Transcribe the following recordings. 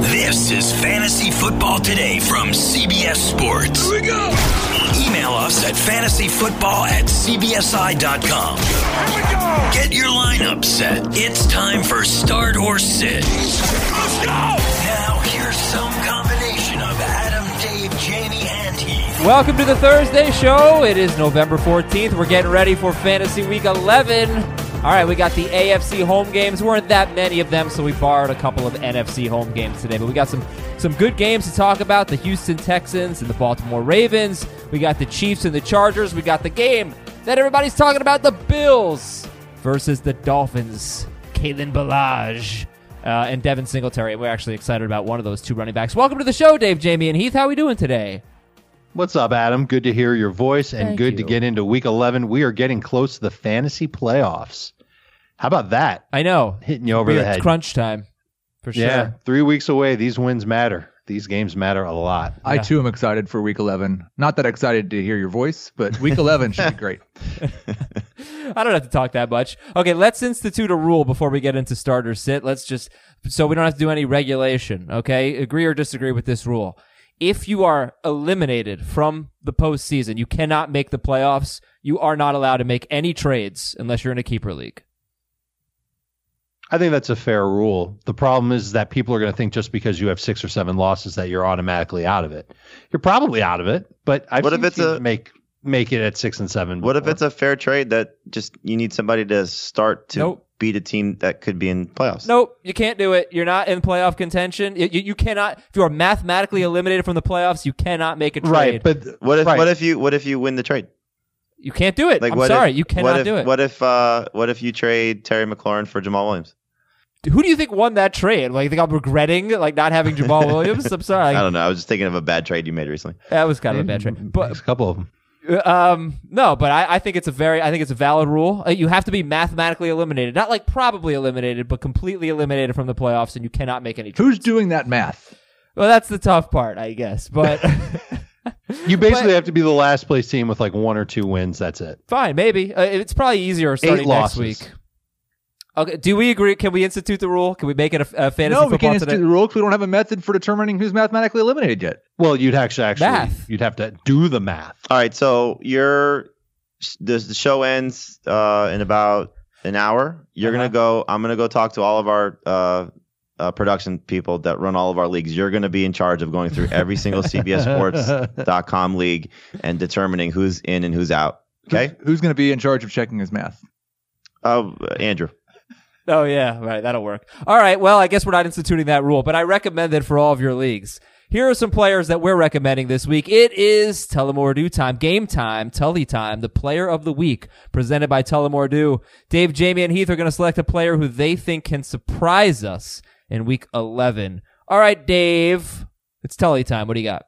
This is Fantasy Football Today from CBS Sports. Here we go. Email us at fantasyfootball at cbsi.com. Here we go. Get your lineup set. It's time for Start or Sit. Let's go. Now, here's some combination of Adam, Dave, Jamie, and Heath. Welcome to the Thursday show. It is November 14th. We're getting ready for Fantasy Week 11. All right, we got the AFC home games. Weren't that many of them, so we borrowed a couple of NFC home games today. But we got some some good games to talk about. The Houston Texans and the Baltimore Ravens. We got the Chiefs and the Chargers. We got the game that everybody's talking about: the Bills versus the Dolphins. Kalen Balaj uh, and Devin Singletary. We're actually excited about one of those two running backs. Welcome to the show, Dave, Jamie, and Heath. How are we doing today? What's up, Adam? Good to hear your voice and Thank good to you. get into week 11. We are getting close to the fantasy playoffs. How about that? I know Hitting you over We're the at head. crunch time for sure. Yeah, three weeks away. These wins matter. These games matter a lot. I too am excited for week 11. Not that excited to hear your voice, but week 11 should be great. I don't have to talk that much. Okay, let's institute a rule before we get into starter sit. Let's just so we don't have to do any regulation. Okay, agree or disagree with this rule. If you are eliminated from the postseason, you cannot make the playoffs. You are not allowed to make any trades unless you're in a keeper league. I think that's a fair rule. The problem is that people are going to think just because you have six or seven losses that you're automatically out of it. You're probably out of it, but I've What if seen it's a- teams make make it at six and seven. What if before. it's a fair trade that just you need somebody to start to Nope. beat a team that could be in playoffs? Nope, you can't do it. You're not in playoff contention. You, you, you cannot. If you are mathematically eliminated from the playoffs, you cannot make a trade. right? But What if right. what if you what if you win the trade? you can't do it. I'm what sorry, if, you what cannot if, do it. What if uh what if you trade Terry McLaurin for Jamal Williams? Who do you think won that trade? Like, you think I'm regretting like not having Jamal Williams? I'm sorry, I like, don't know. I was just thinking of a bad trade you made recently. that was kind of a bad trade. But Mm, a couple of them? um, no, but I, I think it's a very, I think it's a valid rule. Uh, You have to be mathematically eliminated, not like probably eliminated, but completely eliminated from the playoffs, and you cannot make any. Trade. Who's doing that math? Well, that's the tough part, I guess. But You basically have to be the last place team with like one or two wins. That's it. fine, maybe uh, it's probably easier starting next losses. week. Okay, do we agree? Can we institute the rule? Can we make it a, a fantasy no, we football can't today? institute the rule 'cause we don't have a method for determining who's mathematically eliminated yet. Well, you'd actually actually Math. you'd have to do the math. All right, so you're the, the show ends uh in about an hour. You're Uh-huh. gonna go. I'm gonna go talk to all of our. uh uh, production people that run all of our leagues. You're going to be in charge of going through every single CBS Sports dot com league and determining who's in and who's out. Okay, Who's, who's going to be in charge of checking his math? uh, Andrew. Oh yeah, right. That'll work. All right. Well, I guess we're not instituting that rule, but I recommend it for all of your leagues. Here are some players that we're recommending this week. It is Tullamore Dew time, game time, Tully time, the player of the week presented by Tullamore Dew. Dave, Jamie, and Heath are going to select a player who they think can surprise us in week 11. All right, Dave, it's Tully time. What do you got?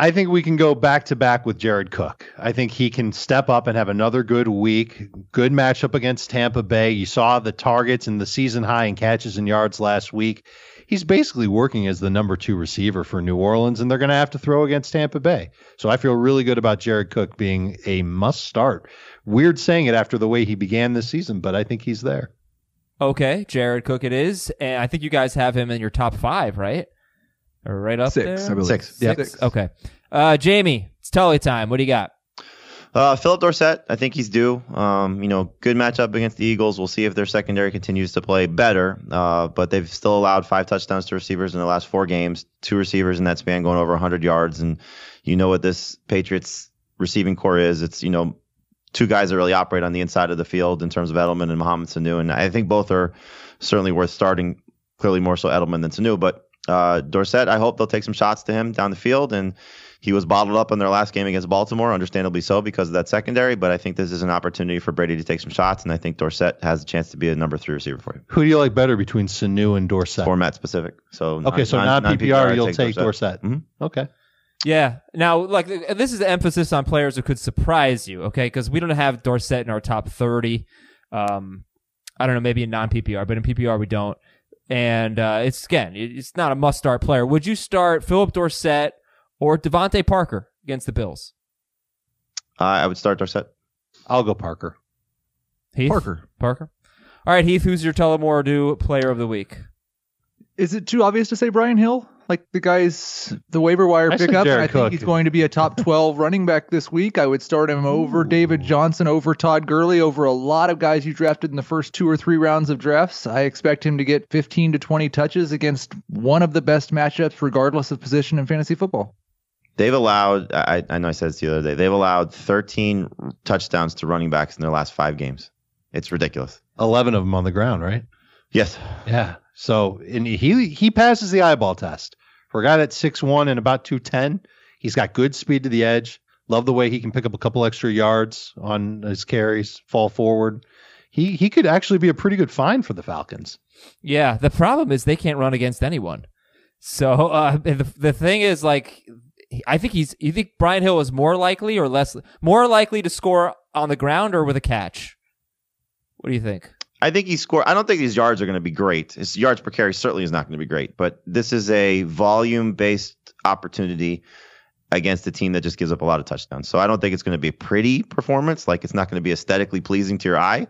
I think we can go back to back with Jared Cook. I think he can step up and have another good week. Good matchup against Tampa Bay. You saw the targets and the season high in catches and yards last week. He's basically working as the number two receiver for New Orleans, and they're going to have to throw against Tampa Bay. So I feel really good about Jared Cook being a must start. Weird saying it after the way he began this season, but I think he's there. Okay, Jared Cook it is. And I think you guys have him in your top five, right? Or right up Six, I there? believe. Six. Yeah. Six. Okay. Uh, Jamie, it's Tully time. What do you got? Uh, Philip Dorsett, I think he's due. Um, you know, good matchup against the Eagles. We'll see if their secondary continues to play better. Uh, but they've still allowed five touchdowns to receivers in the last four games. Two receivers in that span going over 100 yards, and you know what this Patriots receiving core is. It's you know two guys that really operate on the inside of the field in terms of Edelman and Mohamed Sanu, and I think both are certainly worth starting. Clearly more so Edelman than Sanu, but uh, Dorsett, I hope they'll take some shots to him down the field. And he was bottled up in their last game against Baltimore, understandably so because of that secondary. But I think this is an opportunity for Brady to take some shots, and I think Dorsett has a chance to be a number three receiver for you. Who do you like better between Sanu and Dorsett? Format specific. So okay, so not PPR, you'll take Mm-hmm. Dorsett. Mhm. Okay. Yeah. Now, like, th- this is the emphasis on players who could surprise you, okay? Because we don't have Dorsett in our top 30. Um, I don't know, maybe in non PPR, but in PPR we don't. And uh, it's, again, it- it's not a must start player. Would you start Philip Dorsett or Devontae Parker against the Bills? Uh, I would start Dorsett. I'll go Parker. Heath? Parker. Parker. All right, Heath, who's your Tullamore Dew player of the week? Is it too obvious to say Brian Hill? Like the guy's the waiver wire I said pickup. and Jared I Cook. think he's going to be a top twelve running back this week. I would start him over David Johnson, over Todd Gurley, over a lot of guys you drafted in the first two or three rounds of drafts. I expect him to get fifteen to twenty touches against one of the best matchups, regardless of position in fantasy football. They've allowed, I, I know I said this the other day, they've allowed 13 touchdowns to running backs in their last five games. It's ridiculous. Eleven of them on the ground, right? Yes. Yeah. So and he he passes the eyeball test for a guy that's six one and about two ten. He's got good speed to the edge. Love the way he can pick up a couple extra yards on his carries, fall forward. He he could actually be a pretty good find for the Falcons. Yeah, the problem is they can't run against anyone. So uh, the the thing is, like, I think he's. You think Brian Hill is more likely or less more likely to score on the ground or with a catch? What do you think? I think he scored. I don't think his yards are going to be great. His yards per carry certainly is not going to be great, but this is a volume based opportunity against a team that just gives up a lot of touchdowns. So I don't think it's going to be a pretty performance. Like it's not going to be aesthetically pleasing to your eye,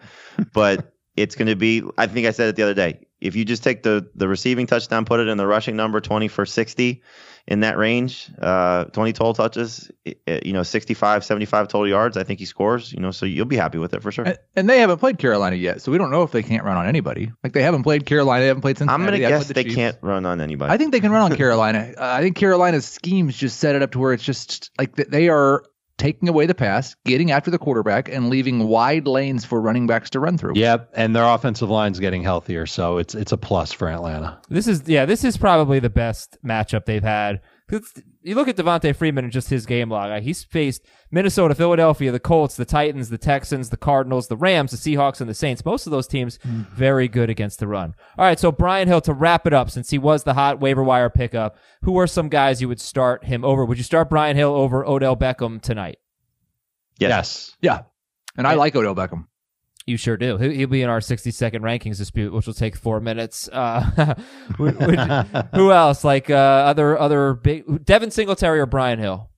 but it's going to be, I think I said it the other day. If you just take the, the receiving touchdown, put it in the rushing number 20 for 60 in that range, uh, 20 total touches, i- i- you know, 65, 75 total yards. I think he scores, you know, so you'll be happy with it for sure. And, and they haven't played Carolina yet, so we don't know if they can't run on anybody. Like they haven't played Carolina, they haven't played Cincinnati. I'm going to they haven't guess played the they Chiefs. can't run on anybody. I think they can run on Carolina. Uh, I think Carolina's schemes just set it up to where it's just like th- they are taking away the pass, getting after the quarterback, and leaving wide lanes for running backs to run through. Yep. And their offensive line's getting healthier, so it's it's a plus for Atlanta. This is yeah, this is probably the best matchup they've had. 'Cause You look at Devontae Freeman and just his game log. Like, He's faced Minnesota, Philadelphia, the Colts, the Titans, the Texans, the Cardinals, the Rams, the Seahawks, and the Saints. Most of those teams very good against the run. All right, so Brian Hill to wrap it up, since he was the hot waiver wire pickup, who are some guys you would start him over? Would you start Brian Hill over Odell Beckham tonight? Yes. Yeah. And I like Odell Beckham. You sure do. He- He'll be in our 60 second rankings dispute, which will take four minutes. Uh, would- would- who else? Like uh, other other big Devin Singletary or Brian Hill?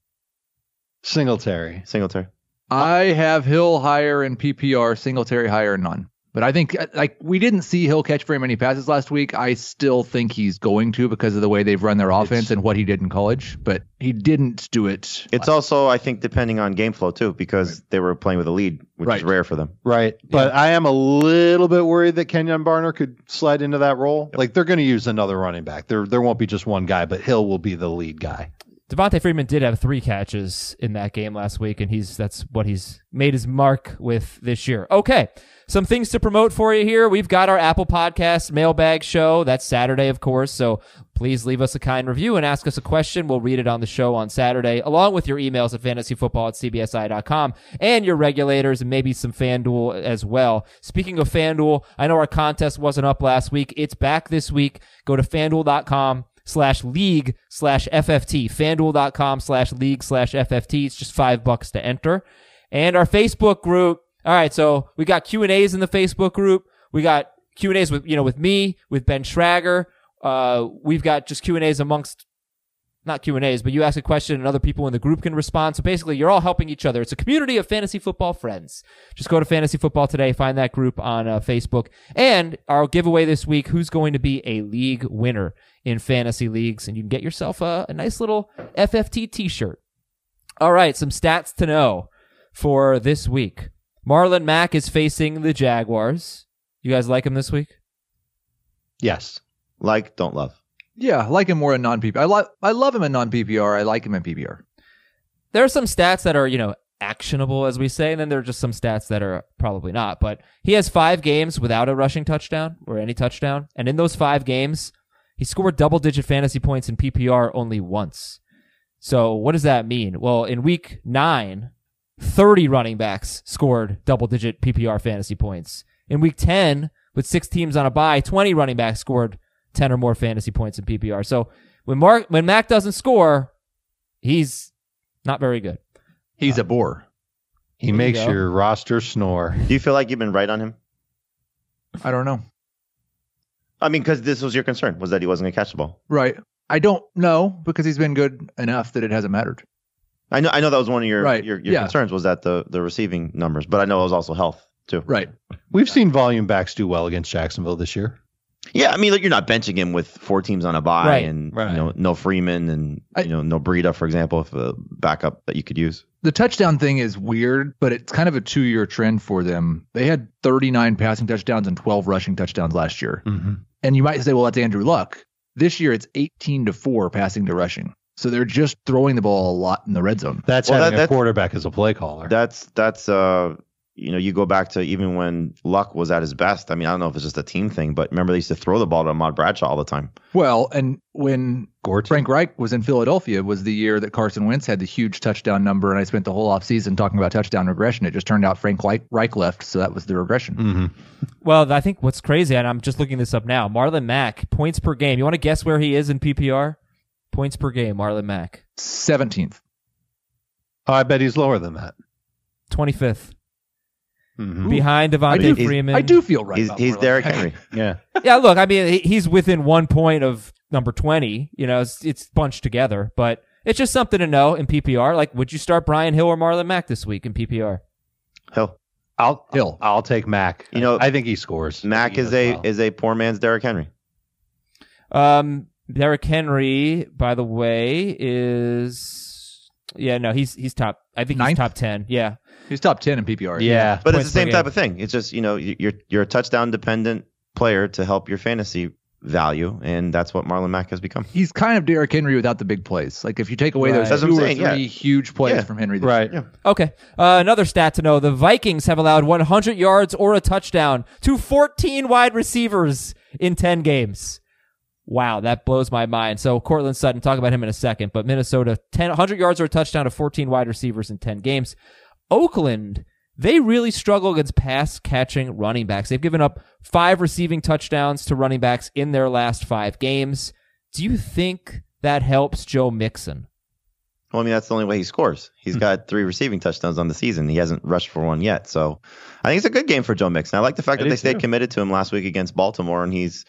Singletary. Singletary. I have Hill higher in PPR, Singletary higher in none. But I think uh, like we didn't see Hill catch very many passes last week. I still think he's going to because of the way they've run their offense and what he did in college. But he didn't do it. It's also, I think, depending on game flow too, because they were playing with a lead, which is Right. rare for them. Right. But I am a little bit worried that Kenyon Barner could slide into that role. Like they're going to use another running back. There there won't be just one guy, but Hill will be the lead guy. Devontae Freeman did have three catches in that game last week, and he's that's what he's made his mark with this year. Okay, some things to promote for you here. We've got our Apple Podcast mailbag show. That's Saturday, of course. So please leave us a kind review and ask us a question. We'll read it on the show on Saturday, along with your emails at fantasyfootball at cbsi.com and your regulators and maybe some FanDuel as well. Speaking of FanDuel, I know our contest wasn't up last week. It's back this week. Go to fanduel.com slash league slash FFT. FanDuel.com slash league slash FFT. It's just five bucks to enter. And our Facebook group. All right. So we got Q and A's in the Facebook group. We got Q and A's with, you know, with me, with Ben Schrager. Uh, we've got just Q and A's amongst not Q and A's, but you ask a question and other people in the group can respond. So basically, you're all helping each other. It's a community of fantasy football friends. Just go to Fantasy Football Today, find that group on uh, Facebook, and our giveaway this week: who's going to be a league winner in fantasy leagues, and you can get yourself a, a nice little FFT T-shirt. All right, some stats to know. for this week. Marlon Mack is facing the Jaguars. You guys like him this week? Yes. Like, don't love. Yeah, I like him more in non PPR. I like I love him in non PPR. I like him in PPR. There are some stats that are, you know, actionable, as we say, and then there are just some stats that are probably not. But he has five games without a rushing touchdown or any touchdown. And in those five games, he scored double digit fantasy points in PPR only once. So what does that mean? Well, in week nine, 30 running backs scored double digit PPR fantasy points. In week 10, with six teams on a bye, 20 running backs scored 10 or more fantasy points in PPR. So when Mark, when Mac doesn't score, he's not very good. He's a bore. He There you makes go. your roster snore. Do you feel like you've been right on him? I don't know. I mean, because this was your concern was that he wasn't going to catch the ball. Right. I don't know because he's been good enough that it hasn't mattered. I know, I know that was one of your Right, your, your yeah. concerns was that the the receiving numbers, but I know it was also health too. Right. We've seen volume backs do well against Jacksonville this year. Yeah, I mean, like you're not benching him with four teams on a bye Right, and right. you know no Freeman and I- you know no Breida, for example, if a backup that you could use. The touchdown thing is weird, but it's kind of a two year trend for them. They had 39 passing touchdowns and 12 rushing touchdowns last year. Mm-hmm. And you might say, well, that's Andrew Luck. This year it's 18 to 4 passing to rushing. So they're just throwing the ball a lot in the red zone. That's Well, having that- a that- quarterback as a play caller. That's that's uh you know you go back to even when Luck was at his best. I mean, I don't know if it's just a team thing, but remember they used to throw the ball to Ahmad Bradshaw all the time. Well, and when Gorton. Frank Reich was in Philadelphia was the year that Carson Wentz had the huge touchdown number, and I spent the whole offseason talking about touchdown regression. It just turned out Frank Reich- Reich left, so that was the regression. hmm Well, I think what's crazy, and I'm just looking this up now. Marlon Mack points per game. You want to guess where he is in PPR? Points per game, Marlon Mack, 17th. Oh, I bet he's lower than that. 25th, Mm-hmm. Mhm. behind I Devontae do, Freeman. I do feel right. he's about he's Marlon Derrick Mack. Henry. Yeah. yeah, look, I mean, he- he's within one point of number 20. You know, it's, it's bunched together, but it's just something to know in PPR. Like, would you start Brian Hill or Marlon Mack this week in PPR? Hell, I'll Hill. I'll take Mac. You know, I think he scores. Mac You is know, a as well. is a poor man's Derrick Henry. Um, Derrick Henry, by the way, is yeah, no, he's he's top. I think he's Ninth? top ten. Yeah, He's top 10 in PPR. yeah. But it's Points the same per type of thing. It's just you know you- you're you're a touchdown dependent player to help your fantasy value, and that's what Marlon Mack has become. He's kind of Derrick Henry without the big plays. Like if you take away Right. those That's what two I'm or saying, three yeah. huge plays Yeah. from Henry, this Right. Okay. Uh, another stat to know the Vikings have allowed 100 yards or a touchdown to 14 wide receivers in 10 games. Wow, that blows my mind. So, Cortland Sutton, talk about him in a second, but Minnesota, 10, 100 yards or a touchdown to 14 wide receivers in 10 games. Oakland, they really struggle against pass catching running backs. They've given up five receiving touchdowns to running backs in their last five games. Do you think that helps Joe Mixon? Well, I mean that's the only way he scores. He's got three receiving touchdowns on the season. He hasn't rushed for one yet, so I think it's a good game for Joe Mixon. I like the fact I do that they stayed too. committed to him last week against Baltimore, and he's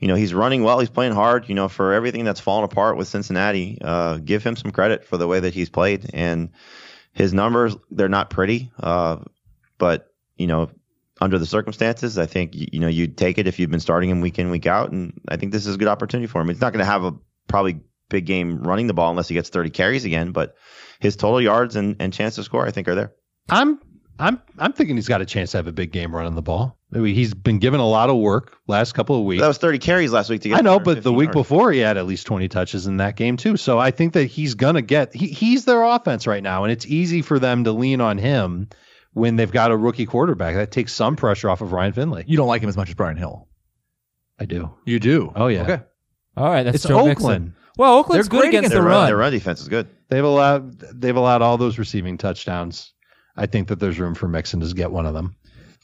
you know he's running well. He's playing hard. You know for everything that's fallen apart with Cincinnati, uh, give him some credit for the way that he's played and his numbers. They're not pretty, uh, but you know under the circumstances, I think y- you know you'd take it if you've been starting him week in week out, and I think this is a good opportunity for him. He's not going to have a probably big game running the ball unless he gets 30 carries again, but his total yards and, and chance to score I think are there. I'm I'm I'm thinking he's got a chance to have a big game running the ball. I mean, he's been given a lot of work last couple of weeks. That was 30 carries last week to get. I know, but the 115 week yards. before he had at least 20 touches in that game too. So I think that he's gonna get he, he's their offense right now, and it's easy for them to lean on him when they've got a rookie quarterback. That takes some pressure off of Ryan Finley. You don't like him as much as Brian Hill. I do. You do. Oh yeah. Okay. All right, that's It's Joe Oakland. Mixon. Well, Oakland's They're good great against against the their run. run, their run defense is good. They've allowed they've allowed all those receiving touchdowns. I think that there's room for Mixon to get one of them.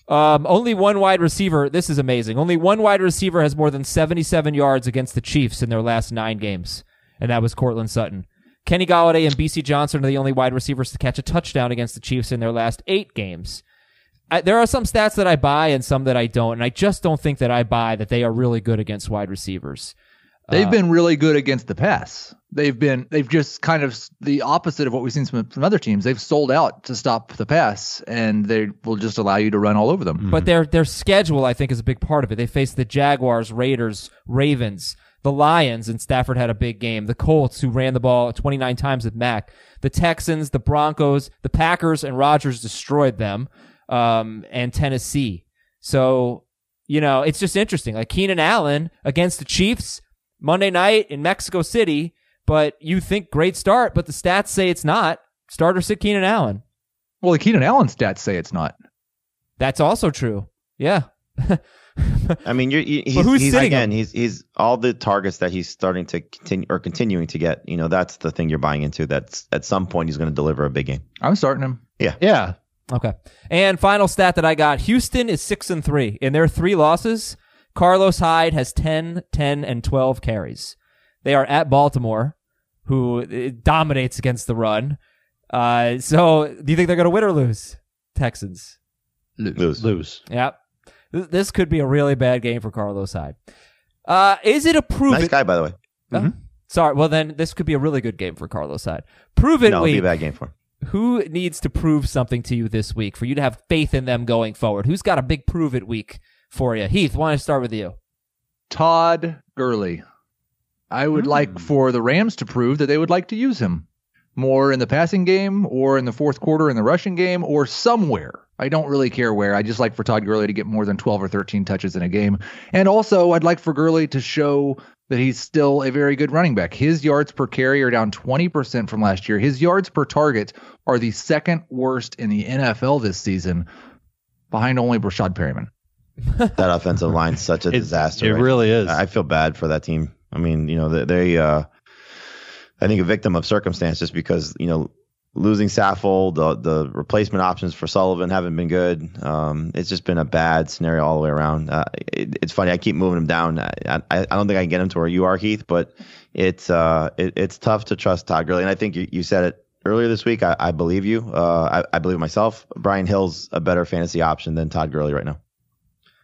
Um, only one wide receiver. This is amazing. Only one wide receiver has more than 77 yards against the Chiefs in their last nine games, and that was Cortland Sutton. Kenny Galladay and BC Johnson are the only wide receivers to catch a touchdown against the Chiefs in their last eight games. I, there are some stats that I buy and some that I don't, and I just don't think that I buy that they are really good against wide receivers. They've Uh, been really good against the pass. They've been they've just kind of s- the opposite of what we've seen from, from other teams. They've sold out to stop the pass, and they will just allow you to run all Mm. over them. But their their schedule, I think, is a big part of it. They face the Jaguars, Raiders, Ravens, The Lions and Stafford had a big game. The Colts, who ran the ball 29 times with Mac. The Texans, the Broncos, the Packers, and Rodgers destroyed them. Um, and Tennessee. So you know, it's just interesting. Like Keenan Allen against the Chiefs Monday night in Mexico City, but you think great start, but the stats say it's not. Starter sit Keenan Allen. Well, the Keenan Allen stats say it's not. That's also true. Yeah. I mean, you're, you, he's, who's he's sitting again, him? he's he's all the targets that he's starting to continue or continuing to get. You know, that's the thing you're buying into. That's at some point he's going to deliver a big game. I'm starting him. Yeah. Okay. And final stat that I got Houston is 6 and 3. In their three losses, Carlos Hyde has 10, 10, and 12 carries. They are at Baltimore, who eh, dominates against the run. Uh, so do you think they're going to win or lose? Texans. Lose. Lose. Yep. Th- This could be a really bad game for Carlos Hyde. Uh, is it a prove Nice it? guy, by the way. Oh, sorry. Well, then this could be a really good game for Carlos Hyde. Prove it No, it'll be week. a bad game for him. Who needs to prove something to you this week for you to have faith in them going forward? Who's got a big prove it week for you? Heath, why don't I start with you? Todd Gurley. I would like for the Rams to prove that they would like to use him more in the passing game or in the fourth quarter in the rushing game or somewhere. I don't really care where. I just like for Todd Gurley to get more than 12 or 13 touches in a game. And also, I'd like for Gurley to show that he's still a very good running back. His yards per carry are down 20% from last year. His yards per target are the second worst in the NFL this season, behind only Brashad Perryman. That offensive line's such a It- disaster. It right really is. I I feel bad for that team. I mean, you know, they, they uh, I think a victim of circumstance just because, you know, losing Saffold, the, the replacement options for Sullivan haven't been good. Um, it's just been a bad scenario all the way around. Uh, it, it's funny. I keep moving him down. I, I, I don't think I can get him to where you are, Heath, but it's, uh, it, it's tough to trust Todd Gurley. And I think you, you said it earlier this week. I, I believe you. Uh, I, I believe myself. Brian Hill's a better fantasy option than Todd Gurley right now.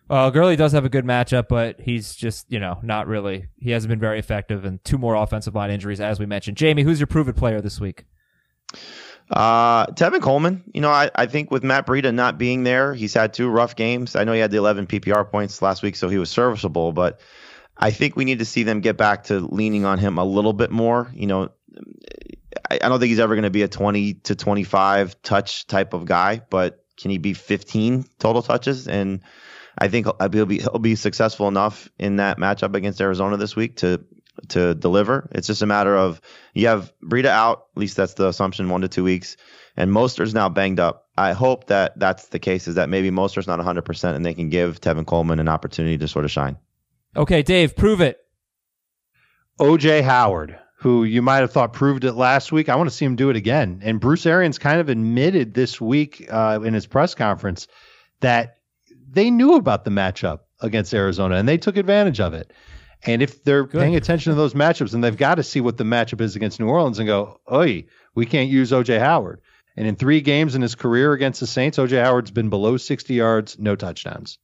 Well, Uh, Gurley does have a good matchup, but he's just, you know, not really. He hasn't been very effective and two more offensive line injuries, as we mentioned. Jamie, who's your prove it player this week? Uh, Tevin Coleman, you know, I, I think with Matt Breida not being there, he's had two rough games. I know he had the 11 PPR points last week, so he was serviceable, but I think we need to see them get back to leaning on him a little bit more. You know, I, I don't think he's ever going to be a 20 to 25 touch type of guy, but can he be 15 total touches? And I think he'll- he'll be he'll be successful enough in that matchup against Arizona this week to to deliver. It's just a matter of you have Breida out, at least that's the assumption, one to two weeks, and Mostert's now banged up. I hope that that's the case, is that maybe Mostert's not 100% and they can give Tevin Coleman an opportunity to sort of shine. Okay, Dave, prove it. OJ Howard, who you might have thought proved it last week. I want to see him do it again. And Bruce Arians kind of admitted this week uh, in his press conference that they knew about the matchup against Arizona and they took advantage of it. And if they're Good. paying attention to those matchups, and they've got to see what the matchup is against New Orleans and go, oi, we can't use OJ Howard. And in three games in his career against the Saints, OJ Howard's been below 60 yards, no touchdowns.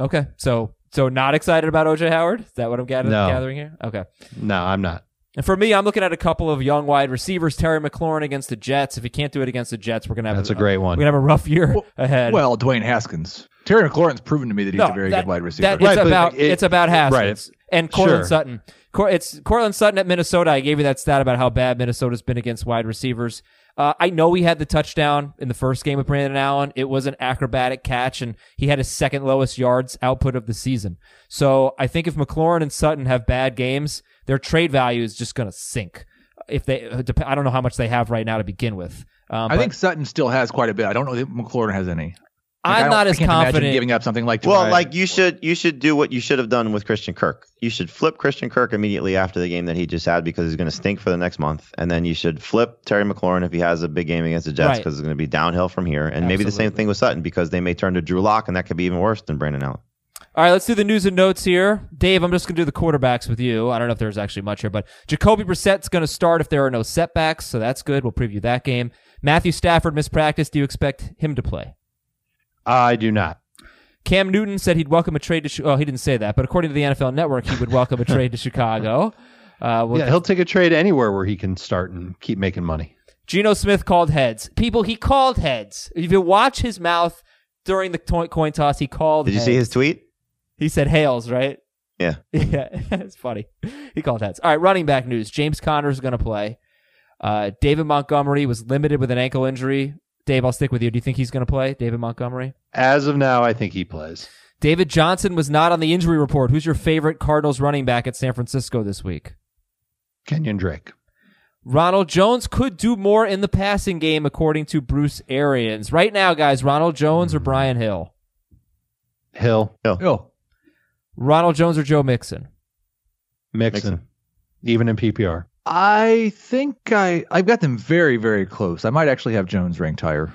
Okay, so so not excited about OJ Howard? Is that what I'm gathering, No. gathering here? Okay. No, I'm not. And for me, I'm looking at a couple of young wide receivers. Terry McLaurin against the Jets. If he can't do it against the Jets, we're gonna have That's a great We're one. gonna have a rough year Well- ahead. Well, Dwayne Haskins. Terry McLaurin's proven to me that he's No, a very that- good wide receiver. that, it's Right, but about it- it's about Haskins and Cortland Sure. Sutton. Cor- it's Cortland Sutton at Minnesota. I gave you that stat about how bad Minnesota's been against wide receivers. Uh, I know he had the touchdown in the first game with Brandon Allen. It was an acrobatic catch, and he had his second lowest yards output of the season. So I think if McLaurin and Sutton have bad games, their trade value is just going to sink. If they, dep- I don't know how much they have right now to begin with. Um, I but think Sutton still has quite a bit. I don't know that McLaurin has any. Like, I I'm don't- not I as can't imagine confident. giving up something like. Well, Jarius. like you should you should do what you should have done with Christian Kirk. You should flip Christian Kirk immediately after the game that he just had because he's going to stink for the next month, and then you should flip Terry McLaurin if he has a big game against the Jets Right. because it's going to be downhill from here, and maybe the same Absolutely. thing with Sutton because they may turn to Drew Lock, and that could be even worse than Brandon Allen. All right, let's do the news and notes here. Dave, I'm just going to do the quarterbacks with you. I don't know if there's actually much here, but Jacoby Brissett's going to start if there are no setbacks, so that's good. We'll preview that game. Matthew Stafford mispracticed. Do you expect him to play? I do not. Cam Newton said he'd welcome a trade to. Chi- Oh, he didn't say that, but according to the NFL Network, he would welcome a trade to Chicago. Uh, we'll yeah, he'll take a trade anywhere where he can start and keep making money. Geno Smith called heads. People, he called heads. If you watch his mouth during the to- coin toss, he called. Did you see heads. his tweet? He said hails, right? Yeah. Yeah, it's funny. He called heads. All right, running back news. James Conner's going to play. Uh, David Montgomery was limited with an ankle injury. Dave, I'll stick with you. Do you think he's going to play, David Montgomery? As of now, I think he plays. David Johnson was not on the injury report. Who's your favorite Cardinals running back at San Francisco this week? Kenyon Drake. Ronald Jones could do more in the passing game, according to Bruce Arians. Right now, guys, Ronald Jones or Brian Hill? Hill. Oh, Ronald Jones or Joe Mixon? Mixon. Mixon. Even in PPR. I think I I've got them very very close. I might actually have Jones ranked higher.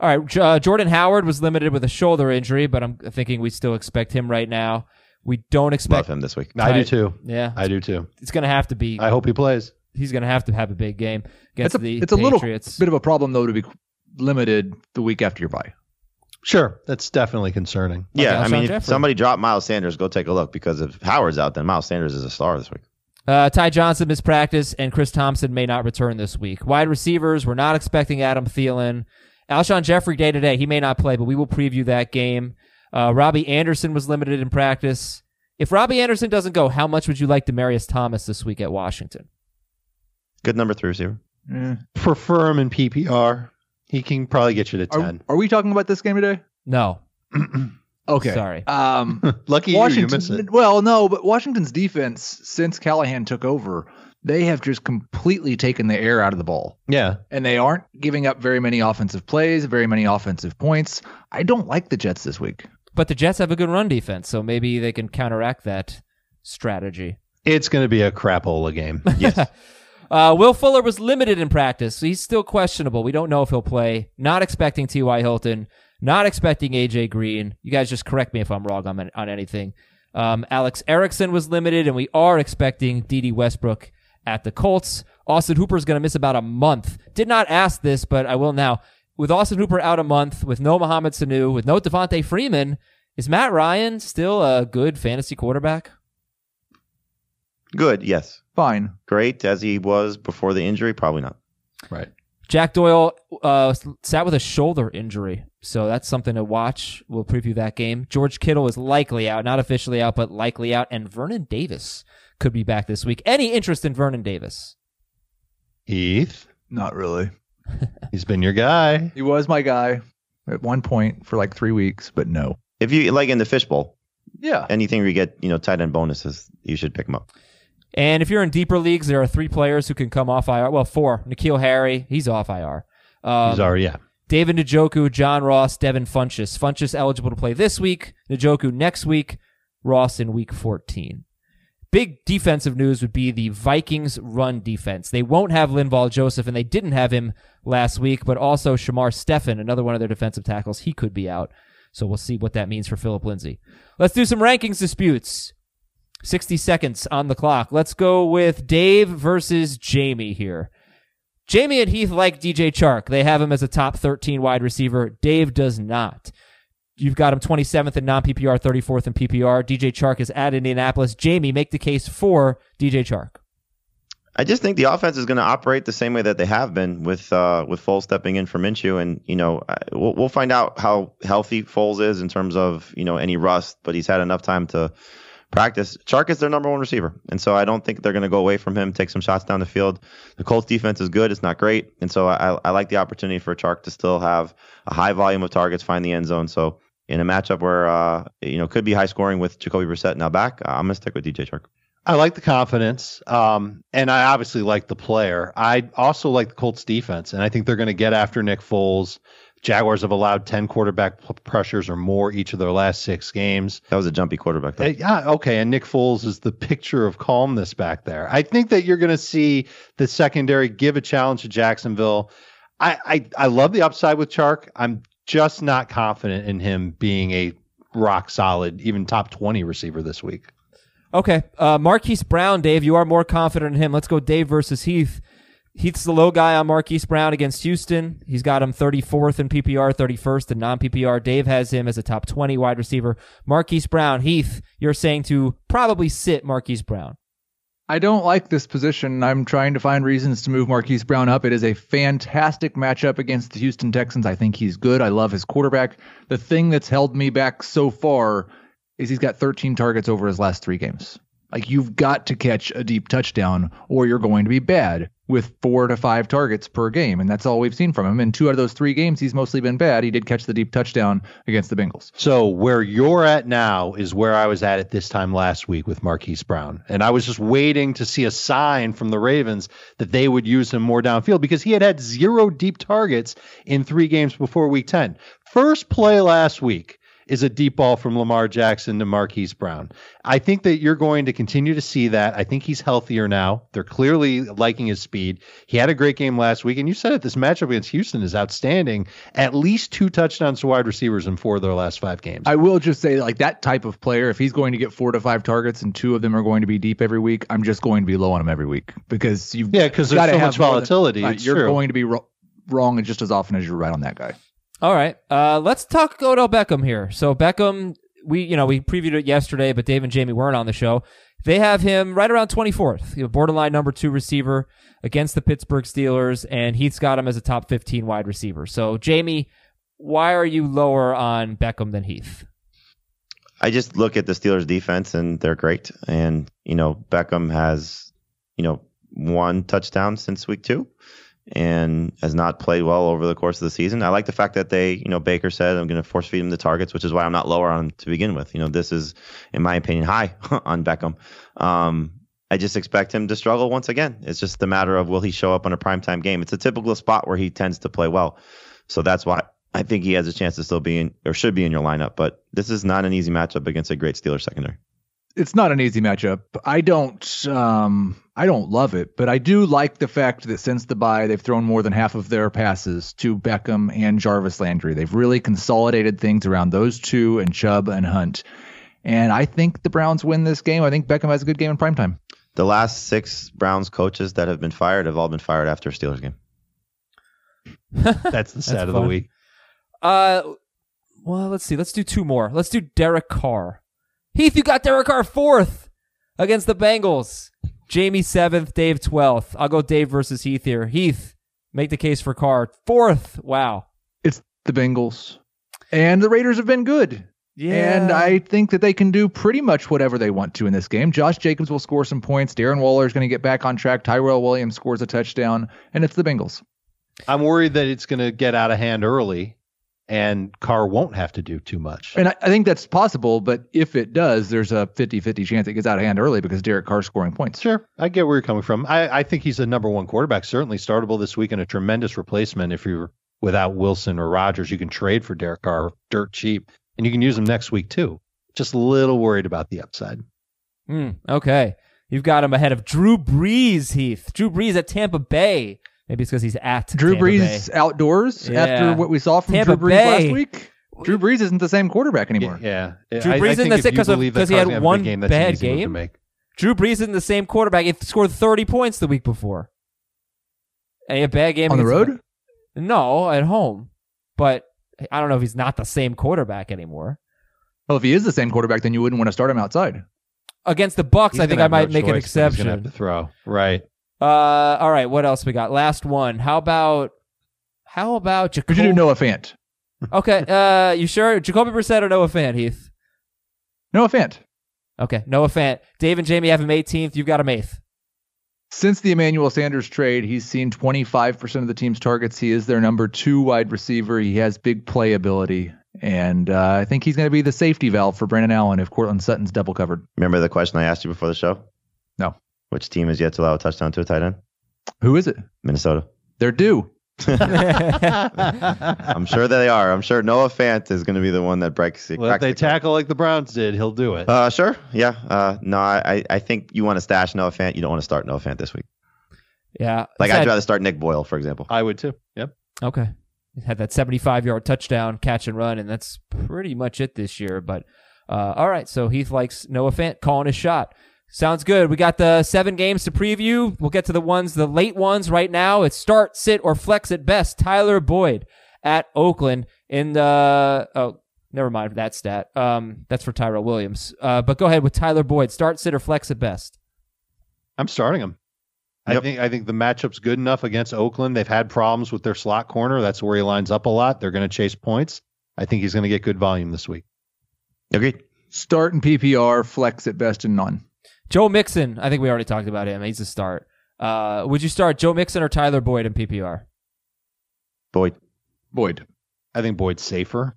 All right, J- uh, Jordan Howard was limited with a shoulder injury, but I'm thinking we still expect him right now. We don't Love expect. him this week. I do Right. too. Yeah, I do too. it's going to have to be. I hope he plays. He's going to have to have a big game against It's a the it's a little Patriots. bit of a problem though to be limited the week after your bye. Sure. That's definitely concerning. Yeah, I Alshon mean, if Jeffrey. somebody dropped Miles Sanders, go take a look because if Howard's out, then Miles Sanders is a star this week. Uh, Ty Johnson missed practice, and Chris Thompson may not return this week. Wide receivers, we're not expecting Adam Thielen. Alshon Jeffrey day to day, he may not play, but we will preview that game. Uh, Robbie Anderson was limited in practice. If Robbie Anderson doesn't go, how much would you like Demarius Thomas this week at Washington? Good number three receiver. Eh. Prefer him in PPR. He can probably get you to Are, 10. are we talking about this game today? No, Okay. sorry. Um, Lucky you, you Washington. miss it. Well, no, but Washington's defense since Callahan took over, they have just completely taken the air out of the ball, Yeah. and they aren't giving up very many offensive plays, very many offensive points. I don't like the Jets this week. But the Jets have a good run defense, so maybe they can counteract that strategy. It's going to be a crapola game. Yes. Uh, Will Fuller was limited in practice, so he's still questionable. We don't know if he'll play. Not expecting T.Y. Hilton. Not expecting A.J. Green. You guys just correct me if I'm wrong on, on anything. Um, Alex Erickson was limited, and we are expecting D.D. Westbrook at the Colts. Austin Hooper is going to miss about a month. Did not ask this, but I will now. With Austin Hooper out a month, with no Mohamed Sanu, with no Devontae Freeman, is Matt Ryan still a good fantasy quarterback? Good. Yes. Fine. Great as he was before the injury, probably not. right. Jack Doyle uh, sat with a shoulder injury, so that's something to watch. We'll preview that game. George Kittle is likely out, not officially out, but likely out. And Vernon Davis could be back this week. Any interest in Vernon Davis? Heath, Not really. he's been your guy. He was my guy at one point for like three weeks, but no. If you like in the fishbowl, Yeah. anything where you get you know tight end bonuses, you should pick him up. And if you're in deeper leagues, there are three players who can come off IR. Well, four. Nikhil Harry, he's off IR. Um, He's already, yeah. David Njoku, John Ross, Devin Funches. Funches eligible to play this week, Njoku next week, Ross in week 14. Big defensive news would be the Vikings run defense. They won't have Linval Joseph, and they didn't have him last week, but also Shamar Stefan, another one of their defensive tackles, he could be out. So we'll see what that means for Philip Lindsay. Let's do some rankings disputes. 60 seconds on the clock. Let's go with Dave versus Jamie here. Jamie and Heath like DJ Chark. They have him as a top 13 wide receiver. Dave does not. You've got him 27th in non PPR, 34th in PPR. DJ Chark is at Indianapolis. Jamie, make the case for DJ Chark. I just think the offense is going to operate the same way that they have been with uh, with Foles stepping in for Minshew, and you know I- we'll, we'll find out how healthy Foles is in terms of you know any rust, but he's had enough time to practice. Chark is their number one receiver, and so I don't think they're going to go away from him. Take some shots down the field. The Colts defense is good; it's not great, and so I, I like the opportunity for Chark to still have a high volume of targets, find the end zone. So in a matchup where uh, you know could be high scoring with Jacoby Brissett now back, I'm going to stick with DJ Chark. I like the confidence, um, and I obviously like the player. I also like the Colts defense, and I think they're going to get after Nick Foles. Jaguars have allowed 10 quarterback p- pressures or more each of their last six games. That was a jumpy quarterback. though. Uh, yeah, okay. And Nick Foles is the picture of calmness back there. I think that you're going to see the secondary give a challenge to Jacksonville. I, I, I love the upside with Chark. I'm just not confident in him being a rock solid, even top 20 receiver this week. Okay. Uh, Marquise Brown, Dave, you are more confident in him. Let's go Dave versus Heath. Heath's the low guy on Marquise Brown against Houston. He's got him 34th in PPR, 31st in non PPR. Dave has him as a top 20 wide receiver. Marquise Brown, Heath, you're saying to probably sit Marquise Brown. I don't like this position. I'm trying to find reasons to move Marquise Brown up. It is a fantastic matchup against the Houston Texans. I think he's good. I love his quarterback. The thing that's held me back so far is he's got 13 targets over his last three games. Like you've got to catch a deep touchdown or you're going to be bad with four to five targets per game. And that's all we've seen from him. In two out of those three games, he's mostly been bad. He did catch the deep touchdown against the Bengals. So where you're at now is where I was at at this time last week with Marquise Brown, and I was just waiting to see a sign from the Ravens that they would use him more downfield because he had had zero deep targets in three games before Week 10. First play last week is a deep ball from Lamar Jackson to Marquise Brown. I think that you're going to continue to see that. I think he's healthier now. They're clearly liking his speed. He had a great game last week, and you said it. This matchup against Houston is outstanding. At least two touchdowns to wide receivers in four of their last five games. I will just say, like that type of player, if he's going to get four to five targets and two of them are going to be deep every week, I'm just going to be low on him every week because you've Yeah, 'cause there's gotta so have much more than- volatility. right, It's you're true. going to be ro- wrong just as often as you're right on that guy. All right, uh, let's talk Odell Beckham here. So Beckham, we you know we previewed it yesterday, but Dave and Jamie weren't on the show. They have him right around 24th, you know, borderline number two receiver against the Pittsburgh Steelers, and Heath's got him as a top 15 wide receiver. So Jamie, why are you lower on Beckham than Heath? I just look at the Steelers defense and they're great. And, you know, Beckham has, you know, one touchdown since week two and has not played well over the course of the season. I like the fact that they, you know, Baker said, I'm going to force feed him the targets, which is why I'm not lower on him to begin with. You know, this is, in my opinion, high on Beckham. Um, I just expect him to struggle once again. It's just a matter of will he show up on a primetime game? It's a typical spot where he tends to play well. So that's why I think he has a chance to still be in or should be in your lineup. But this is not an easy matchup against a great Steelers secondary. it's not an easy matchup. I don't um I don't love it, but I do like the fact that since the bye they've thrown more than half of their passes to Beckham and Jarvis Landry. They've really consolidated things around those two and Chubb and Hunt. And I think the Browns win this game. I think Beckham has a good game in primetime. The last six Browns coaches that have been fired have all been fired after a Steelers game. That's the stat of the fun. week. Uh, well, let's see. Let's do two more. Let's do Derek Carr. Heath, you got Derek Carr fourth against the Bengals. Jamie seventh, Dave twelfth. I'll go Dave versus Heath here. Heath, make the case for Carr fourth. Wow. It's the Bengals. And the Raiders have been good. Yeah. And I think that they can do pretty much whatever they want to in this game. Josh Jacobs will score some points. Darren Waller is going to get back on track. Tyrell Williams scores a touchdown, and it's the Bengals. I'm worried that it's going to get out of hand early, and Carr won't have to do too much. And I, I think that's possible, but if it does, there's a 50 50 chance it gets out of hand early because Derek Carr's scoring points. Sure, I get where you're coming from. I, I think he's a number one quarterback, certainly startable this week, and a tremendous replacement. If you're without Wilson or Rogers, you can trade for Derek Carr dirt cheap, and you can use him next week too. Just a little worried about the upside. Hmm, okay. You've got him ahead of Drew Brees, Heath. Drew Brees at Tampa Bay. Maybe it's because he's at Drew Tampa Brees Bay. outdoors Yeah. after what we saw from Tampa Drew Brees Bay. last week. Drew Brees isn't the same quarterback anymore. Yeah, Drew Brees, and that's it 'cause of- 'cause he had one bad game? make. Drew Brees isn't the same quarterback. He scored 30 points the week before. And he had a bad game On the against road? No, at home. But I don't know if he's not the same quarterback anymore. Well, if he is the same quarterback, then you wouldn't want to start him outside. Against the Bucks, He's I gonna think I have no might make an choice, then he's gonna have exception. to throw right. Uh, all right, what else we got? Last one. How about how about Could Jacoby? you do Noah Fant? Okay, uh, you sure Jacoby Brissett or Noah Fant, Heath? Noah Fant. Okay, Noah Fant. Dave and Jamie have him 18th. You've got him eighth. Since the Emmanuel Sanders trade, he's seen 25% of the team's targets. He is their number two wide receiver. He has big playability. And uh, I think he's going to be the safety valve for Brandon Allen if Cortland Sutton's double covered. Remember the question I asked you before the show? No. Which team has yet to allow a touchdown to a tight end? Who is it? Minnesota. They're due. I'm sure that they are. I'm sure Noah Fant is going to be the one that breaks. Well, if cracks they the code. tackle like the Browns did, he'll do it. Uh, sure. Yeah. Uh, no, I, I- I think you want to stash Noah Fant. You don't want to start Noah Fant this week. Yeah, Like, He's I'd had- rather start Nick Boyle, for example. I would too. Yep. Okay. He's had that 75 yard touchdown catch and run, and that's pretty much it this year. But uh, all right, so Heath likes Noah Fant calling his shot. Sounds good. We got the seven games to preview. We'll get to the ones, the late ones right now. It's start, sit, or flex at best. Tyler Boyd at Oakland in the. Oh, never mind that stat. Um, that's for Tyrell Williams. Uh, but go ahead with Tyler Boyd. Start, sit, or flex at best. I'm starting him. I Yep. think I think the matchup's good enough against Oakland. They've had problems with their slot corner. That's where he lines up a lot. They're going to chase points. I think he's going to get good volume this week. Agreed. Start in PPR, flex at best and none. Joe Mixon, I think we already talked about him. He's a start. Uh, would you start Joe Mixon or Tyler Boyd in PPR? Boyd. Boyd. I think Boyd's safer.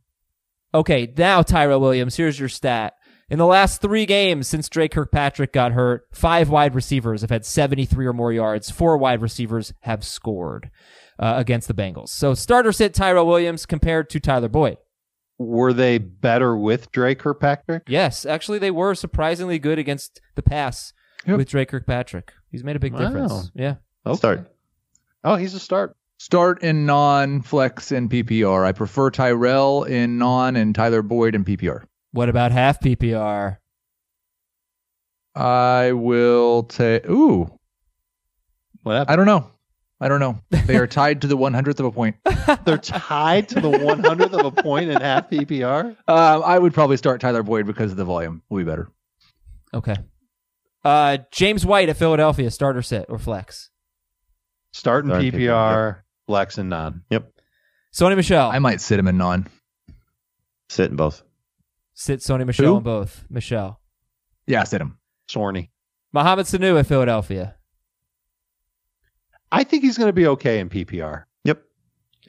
Okay, now Tyra Williams, here's your stat. In the last three games since Drake Kirkpatrick got hurt, five wide receivers have had 73 or more yards. Four wide receivers have scored uh, against the Bengals. So starter sit Tyra Williams compared to Tyler Boyd. Were they better with Drake Kirkpatrick? Yes, actually, they were surprisingly good against the pass Yep. with Drake Kirkpatrick. He's made a big Wow. difference. Yeah. Okay. Start. Oh, he's a start. Start in non, flex in PPR. I prefer Tyrell in non and Tyler Boyd in PPR. What about half PPR? I will take. Ooh, What happened? I don't know. I don't know. They are tied to the 100th of a point. They're tied to the 100th of a point in half PPR. Uh, I would probably start Tyler Boyd because of the volume. Will be better. Okay. Uh, James White at Philadelphia, starter sit or flex. Start in Start in PPR, flex and non. Sony Michelle. I might sit him in non. Sit in both. sit Sony Michelle Who? on both. Michelle. Yeah, sit him. Sorny. Mohamed Sanu at Philadelphia. I think he's going to be okay in PPR. Yep.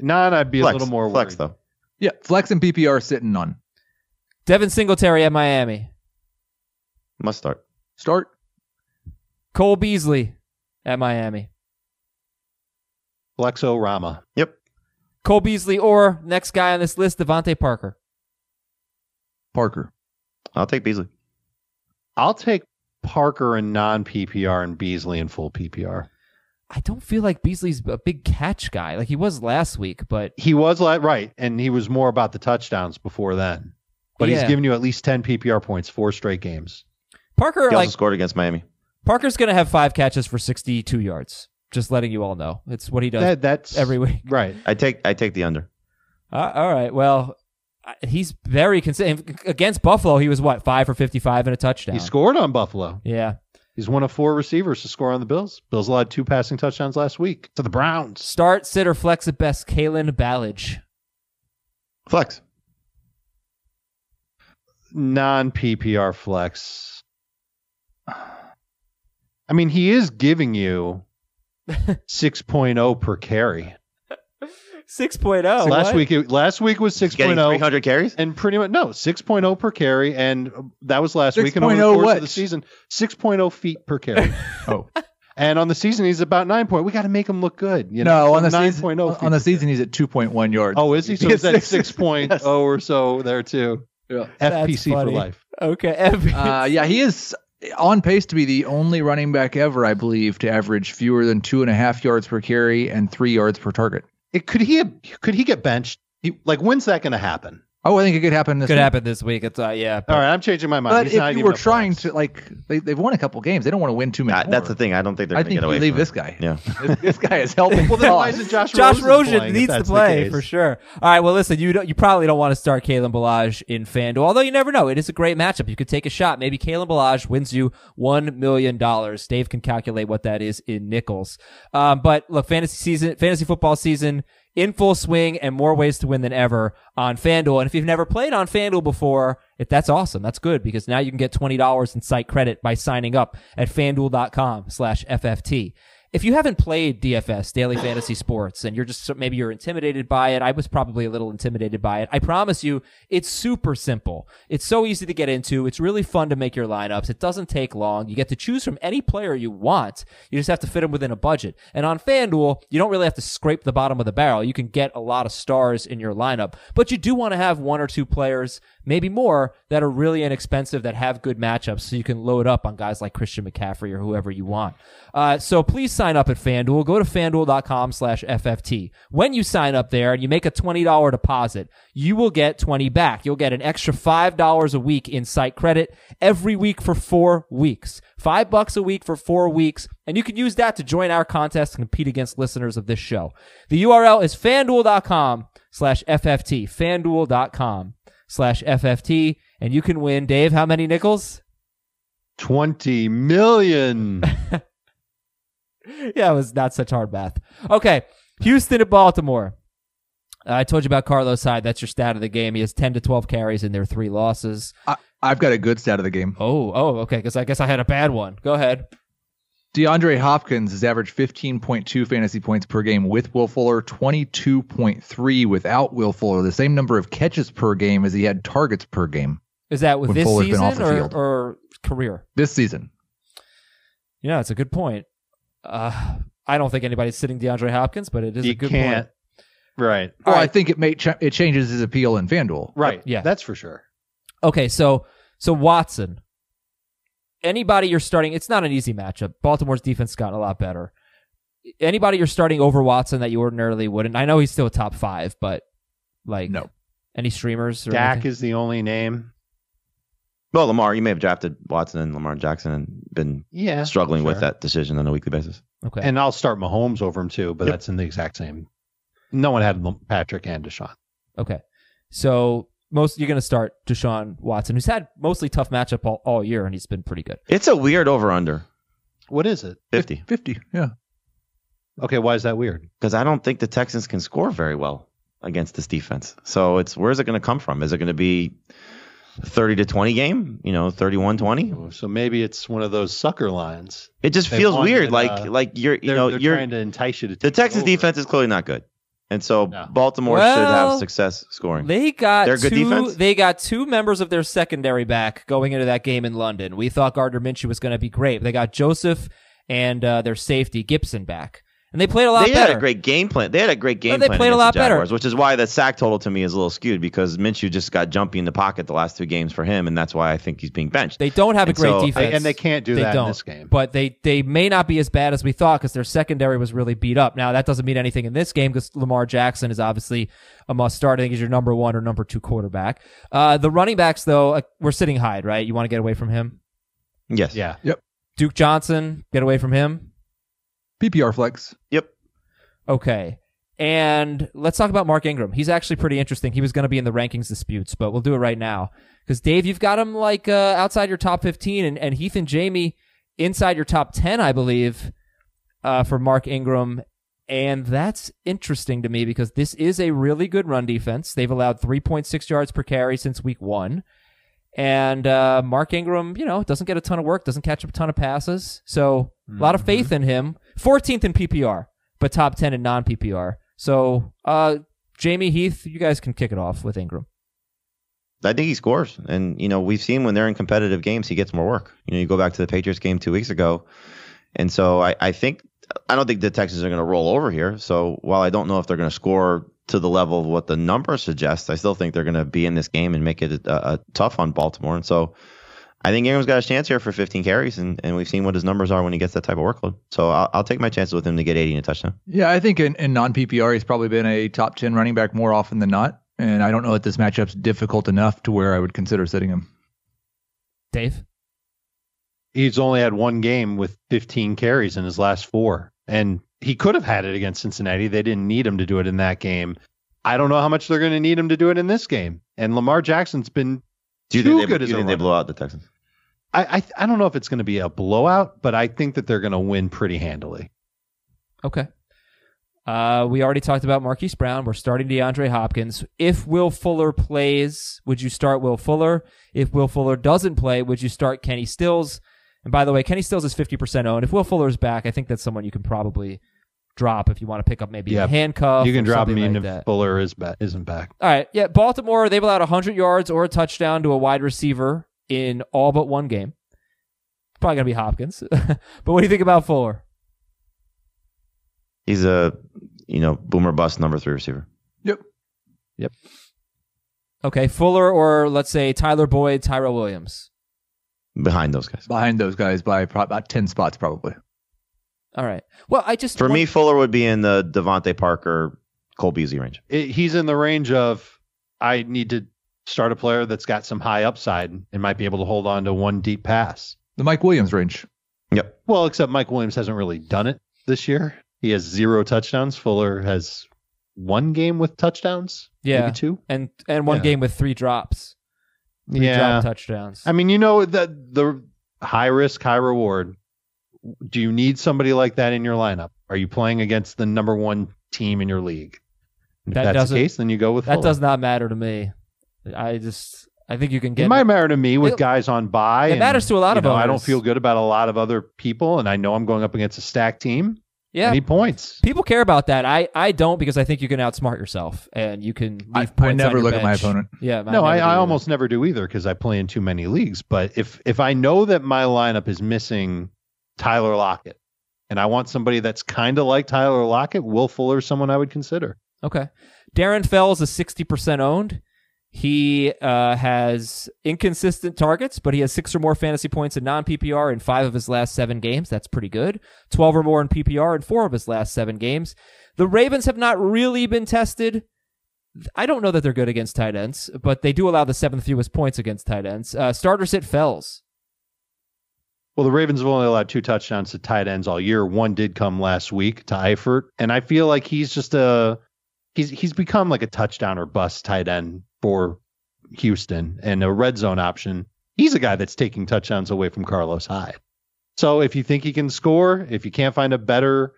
Non, I'd be flex. a little more flex worried. though. Yeah, flex and PPR, sit in non. Devin Singletary at Miami. Must start. Start. Cole Beasley at Miami. Flexo Rama. Yep. Cole Beasley or next guy on this list, Devontae Parker. Parker. I'll take Beasley. I'll take Parker and non PPR and Beasley in full PPR. I don't feel like Beasley's a big catch guy like he was last week, but He was like, right, and he was more about the touchdowns before then. But Yeah. he's given you at least 10 PPR points, four straight games. Parker He also like scored against Miami. Parker's going to have 5 catches for 62 yards. Just letting you all know. It's what he does That, that's every week. right. I take I take the under. Uh, all right. Well, I- he's very consistent against Buffalo. He was what five for fifty-five and a touchdown. He scored on Buffalo. Yeah. He's one of four receivers to score on the Bills. Bills allowed two passing touchdowns last week to the Browns. Start, sit, or flex at best. Kalen Ballage. Flex. Non PPR flex. I mean, he is giving you 6.0 per carry. Six point oh. last week, it, last week was He's getting 6.0. 300 carries. And pretty much no 6.0 per carry, and um, that was last week. And over the 6.0 course what? of the season, 6.0 feet per carry. Oh. and on the season, he's about nine point. We got to make him look good. You know, no, So on the 9.0 season, feet on the per season he's at 2.1 yards. Oh, is he? So He is has that six- six point yes. oh or so there too? Yeah. That's FPC for funny. life. Okay. Ev- Uh, yeah, he is on pace to be the only running back ever, I believe, to average fewer than two and a half yards per carry and three yards per target. It, could he could he get benched? He- like when's that going to happen? Oh, I think it could happen this could week. happen this week. It's uh, yeah. All right, I'm changing my mind. But He's not if you even were a trying flex. to, like, they, they've won a couple games. They don't want to win too many. Nah, that's the more. thing. I don't think they're I going think to get away. you leave from it. this guy. Yeah. This, this guy is helping. Well, then why cause. isn't Josh Josh Rosen, Rosen playing if needs to that's the play case? for sure. All right. Well, listen. You don't, you probably don't want to start Kalen Ballage in FanDuel, although you never know. It is a great matchup. You could take a shot. Maybe Kalen Ballage wins you one million dollars. Dave can calculate what that is in nickels. Um, but look, fantasy season, fantasy football season in full swing, and more ways to win than ever on FanDuel. And if you've never played on FanDuel before, if that's awesome. That's good because now you can get twenty dollars in site credit by signing up at FanDuel.com/FFT if you haven't played DFS, Daily Fantasy Sports, and you're just maybe you're intimidated by it, I was probably a little intimidated by it. I promise you, it's super simple. It's so easy to get into. It's really fun to make your lineups. It doesn't take long. You get to choose from any player you want. You just have to fit them within a budget. And on FanDuel, you don't really have to scrape the bottom of the barrel. You can get a lot of stars in your lineup, but you do want to have one or two players, maybe more, that are really inexpensive that have good matchups so you can load up on guys like Christian McCaffrey or whoever you want. Uh, so please sign up at FanDuel. Go to fanduel.com slash FFT. When you sign up there and you make a $20 deposit, you will get 20 back. You'll get an extra $5 a week in site credit every week for four weeks. Five bucks a week for four weeks. And you can use that to join our contest and compete against listeners of this show. The URL is fanduel.com slash FFT. Fanduel.com slash FFT. And you can win, Dave, how many nickels? Twenty million. yeah, it was not such hard math. Okay, Houston at Baltimore. Uh, I told you about Carlos Hyde. That's your stat of the game. He has 10 to 12 carries in their three losses. I, I've got a good stat of the game. Oh, oh, okay. Because I guess I had a bad one. Go ahead. DeAndre Hopkins has averaged 15.2 fantasy points per game with Will Fuller, 22.3 without Will Fuller, the same number of catches per game as he had targets per game Is that with When this Fuller's been off season the or, field. or career? this season. Yeah, it's a good point. Uh, I don't think anybody's sitting DeAndre Hopkins, but it is a you good can't. point. Right. All Well, I right. think it may ch- it changes his appeal in FanDuel. Right. Yeah. That's for sure. Okay, so so Watson. Anybody you're starting, it's not an easy matchup. Baltimore's defense gotten a lot better. Anybody you're starting over Watson that you ordinarily wouldn't. I know he's still a top five, but like No. any streamers or Dak anything? is the only name. Well, Lamar, you may have drafted Watson and Lamar Jackson and been Yeah. struggling with sure. that decision on a weekly basis. okay. And I'll start Mahomes over him too, but that's in the exact same. No one had Lam- Patrick and Deshaun. Okay. So most you're going to start Deshaun Watson, who's had mostly tough matchup all, all year, and he's been pretty good. It's a weird over under What is it? 50 50, yeah. Okay, why is that weird? because I don't think the Texans can score very well against this defense. So it's where is it going to come from? Is it going to be 30 to 20 game? You know, 31 20? So maybe it's one of those sucker lines. It just They feels want weird. it, like uh, like you're you They're, know they're you're trying to entice you to. the take Texans over. defense is clearly not good, and so No. Baltimore should Well, have success scoring. They got They're a good two, defense? They got two members of their secondary back going into that game in London. We thought Gardner Minshew was going to be great. They got Joseph and uh, their safety Gibson back, and they played a lot they better. had a great game plan. They had a great game they plan. played a against lot the better. Jaguars, which is why the sack total to me is a little skewed because Minshew just got jumpy in the pocket the last two games for him, and that's why I think he's being benched. they don't have a And great so- I- defense, and they can't do They that don't. in this game. But they they may not be as bad as we thought because their secondary was really beat up. Now that doesn't mean anything in this game because Lamar Jackson is obviously a must start. I think he's your number one or number two quarterback. Uh, the running backs though, uh, we're sitting Hyde, right? You want to get away from him. yes. yeah, Duke Johnson, get away from him. PPR flex. Yep. Okay. And let's talk about Mark Ingram. He's actually pretty interesting. He was going to be in the rankings disputes, but we'll do it right now. Because, Dave, you've got him like uh, outside your top 15, and, and Heath and Jamie inside your top 10, I believe, uh, for Mark Ingram. And that's interesting to me because this is a really good run defense. They've allowed 3.6 yards per carry since week one. And uh, Mark Ingram, you know, doesn't get a ton of work, doesn't catch a ton of passes. So, a lot of faith in him. 14th in PPR but top 10 in non PPR. So, uh, Jamie Heath, you guys can kick it off with Ingram. I think he scores. And, you know, we've seen when they're in competitive games, he gets more work. You know, you go back to the Patriots game two weeks ago. And so I, I think, I don't think the Texans are going to roll over here. So while I don't know if they're going to score to the level of what the number suggests, I still think they're going to be in this game and make it a, a tough on Baltimore. And so I think Ingram's got a chance here for 15 carries. And, and we've seen what his numbers are when he gets that type of workload. So I'll, I'll take my chances with him to get 80 and a touchdown. Yeah, I think in, in non PPR, he's probably been a top 10 running back more often than not. And I don't know that this matchup's difficult enough to where I would consider sitting him. Dave? he's only had one game with 15 carries in his last four, and he could have had it against Cincinnati. They didn't need him to do it in that game. I don't know how much they're going to need him to do it in this game. And Lamar Jackson's been Do you Too think, they, good do as you a think they runner. blow out the Texans? I, I I don't know if it's going to be a blowout, but I think that they're going to win pretty handily. Okay. Uh, we already talked about Marquise Brown. We're starting DeAndre Hopkins. If Will Fuller plays, would you start Will Fuller? If Will Fuller doesn't play, would you start Kenny Stills? And by the way, Kenny Stills is 50% owned. If Will Fuller's back, I think that's someone you can probably drop if you want to pick up maybe Yeah. a handcuff. you can or drop something him even like if that. Fuller is ba- isn't back. All right. Yeah. Baltimore, they've allowed 100 yards or a touchdown to a wide receiver in all but one game. Probably going to be Hopkins. but what do you think about Fuller? He's a, you know, boomer bust number three receiver. Okay. Fuller or let's say Tyler Boyd, Tyrell Williams. Behind those guys. Behind those guys by pro- about 10 spots, probably. All right. Well, I just. For want- me, Fuller would be in the Devontae Parker, Cole Beasley range. It, he's in the range of I need to start a player that's got some high upside and might be able to hold on to one deep pass. The Mike Williams range. Well, except Mike Williams hasn't really done it this year. He has zero touchdowns. Fuller has one game with touchdowns. Yeah. maybe two. And, and one Yeah. game with three drops. Three drop touchdowns. I mean, you know that the high risk, high reward. Do you need somebody like that in your lineup? Are you playing against the number one team in your league? And That if that's doesn't- the case, then you go with that Fuller. does not matter to me. I just. I think you can get. It might matter to me with It- guys on by. it matters to a lot of I don't owners. feel good about a lot of other people, and I know I'm going up against a stacked team. yeah, I need points. people care about that. I, I don't because I think you can outsmart yourself and you can. I- Leave I points on never your look at my bench. opponent. Yeah, no, I, never I do. almost never do either because I play in too many leagues. But if if I know that my lineup is missing Tyler Lockett, and I want somebody that's kind of like Tyler Lockett, Will Fuller, is someone I would consider. Okay. Darren Fells is 60% owned. He uh, has inconsistent targets, but he has six or more fantasy points in non PPR in five of his last seven games. That's pretty good. 12 or more in PPR in four of his last seven games. The Ravens have not really been tested. I don't know that they're good against tight ends, but they do allow the seventh fewest points against tight ends. Uh, starters hit Fells. Well, the Ravens have only allowed two touchdowns to tight ends all year. One did come last week to Eifert, and I feel like he's just a he's he's become like a touchdown or bust tight end for Houston and a red zone option. He's a guy that's taking touchdowns away from Carlos Hyde. So if you think he can score, if you can't find a better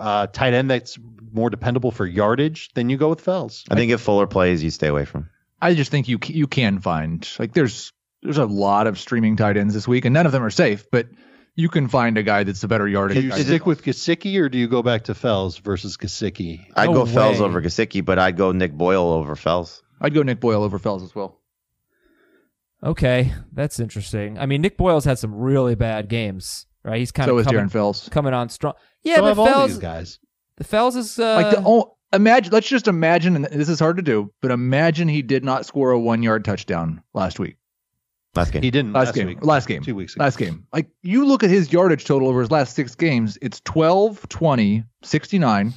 uh, tight end that's more dependable for yardage, then you go with Fells. I think if Fuller plays, you stay away from. I just think you c- you can find like there's there's a lot of streaming tight ends this week, and none of them are safe, but you can find a guy that's a better Do yardage. you guy. stick with Gasicki or do you go back to Fells versus Gasicki? I'd No go Fells way. over Gasicki, but I'd go Nick Boyle over Fells. I'd go Nick Boyle over Fells as well. Okay, that's interesting. I mean, Nick Boyle's had some really bad games, right? He's kind so of is coming, Darren Fells. coming on strong. Yeah, so but have all Fells, these guys. Fells is uh, like the oh, imagine. Let's just imagine, and this is hard to do, but imagine he did not score a one yard touchdown last week, Last game. He didn't last, Mm, last, game, week. last game, Two weeks ago. last game. Like you look at his yardage total over his last six games, it's 12, 20, 69,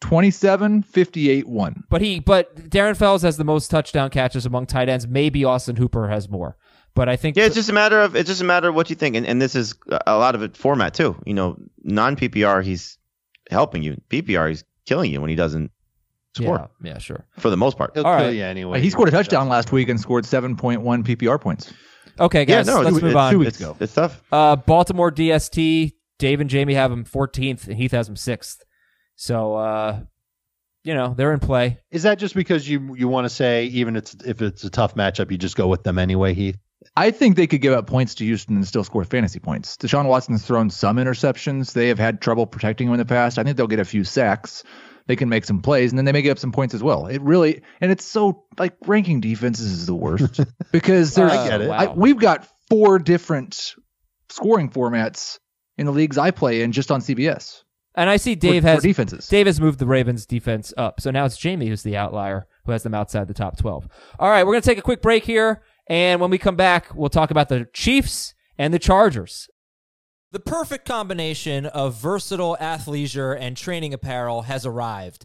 27, 58, one. But he, but Darren Fells has the most touchdown catches among tight ends. Maybe Austin Hooper has more. But I think Yeah, it's just a matter of it's just a matter of what you think, and and this is a lot of it format too. You know, non PPR he's helping you. PPR he's killing you when he doesn't score Yeah, yeah, sure. for the most part. He'll All kill right. you anyway. Uh, he scored a touchdown last week and scored seven point one PPR points. Okay, guys, yeah, no, let's it's, move it's, on. Two weeks It's, ago. it's tough. Uh, Baltimore DST. Dave and Jamie have him 14th, and Heath has him sixth. So, uh, you know, they're in play. Is that just because you you want to say even it's if it's a tough matchup, you just go with them anyway, Heath? I think they could give up points to Houston and still score fantasy points. Deshaun Watson's thrown some interceptions. They have had trouble protecting him in the past. I think they'll get a few sacks. They can make some plays, and then they may give up some points as well. It really and it's so like ranking defenses is the worst because there's Uh, get it. I, wow. we've got four different scoring formats in the leagues I play in just on CBS. and I see Dave for, has for defenses. Dave has moved the Ravens defense up. So now it's Jamie who's the outlier who has them outside the top 12. All right, we're going to take a quick break here. And when we come back, we'll talk about the Chiefs and the Chargers. The perfect combination of versatile athleisure and training apparel has arrived.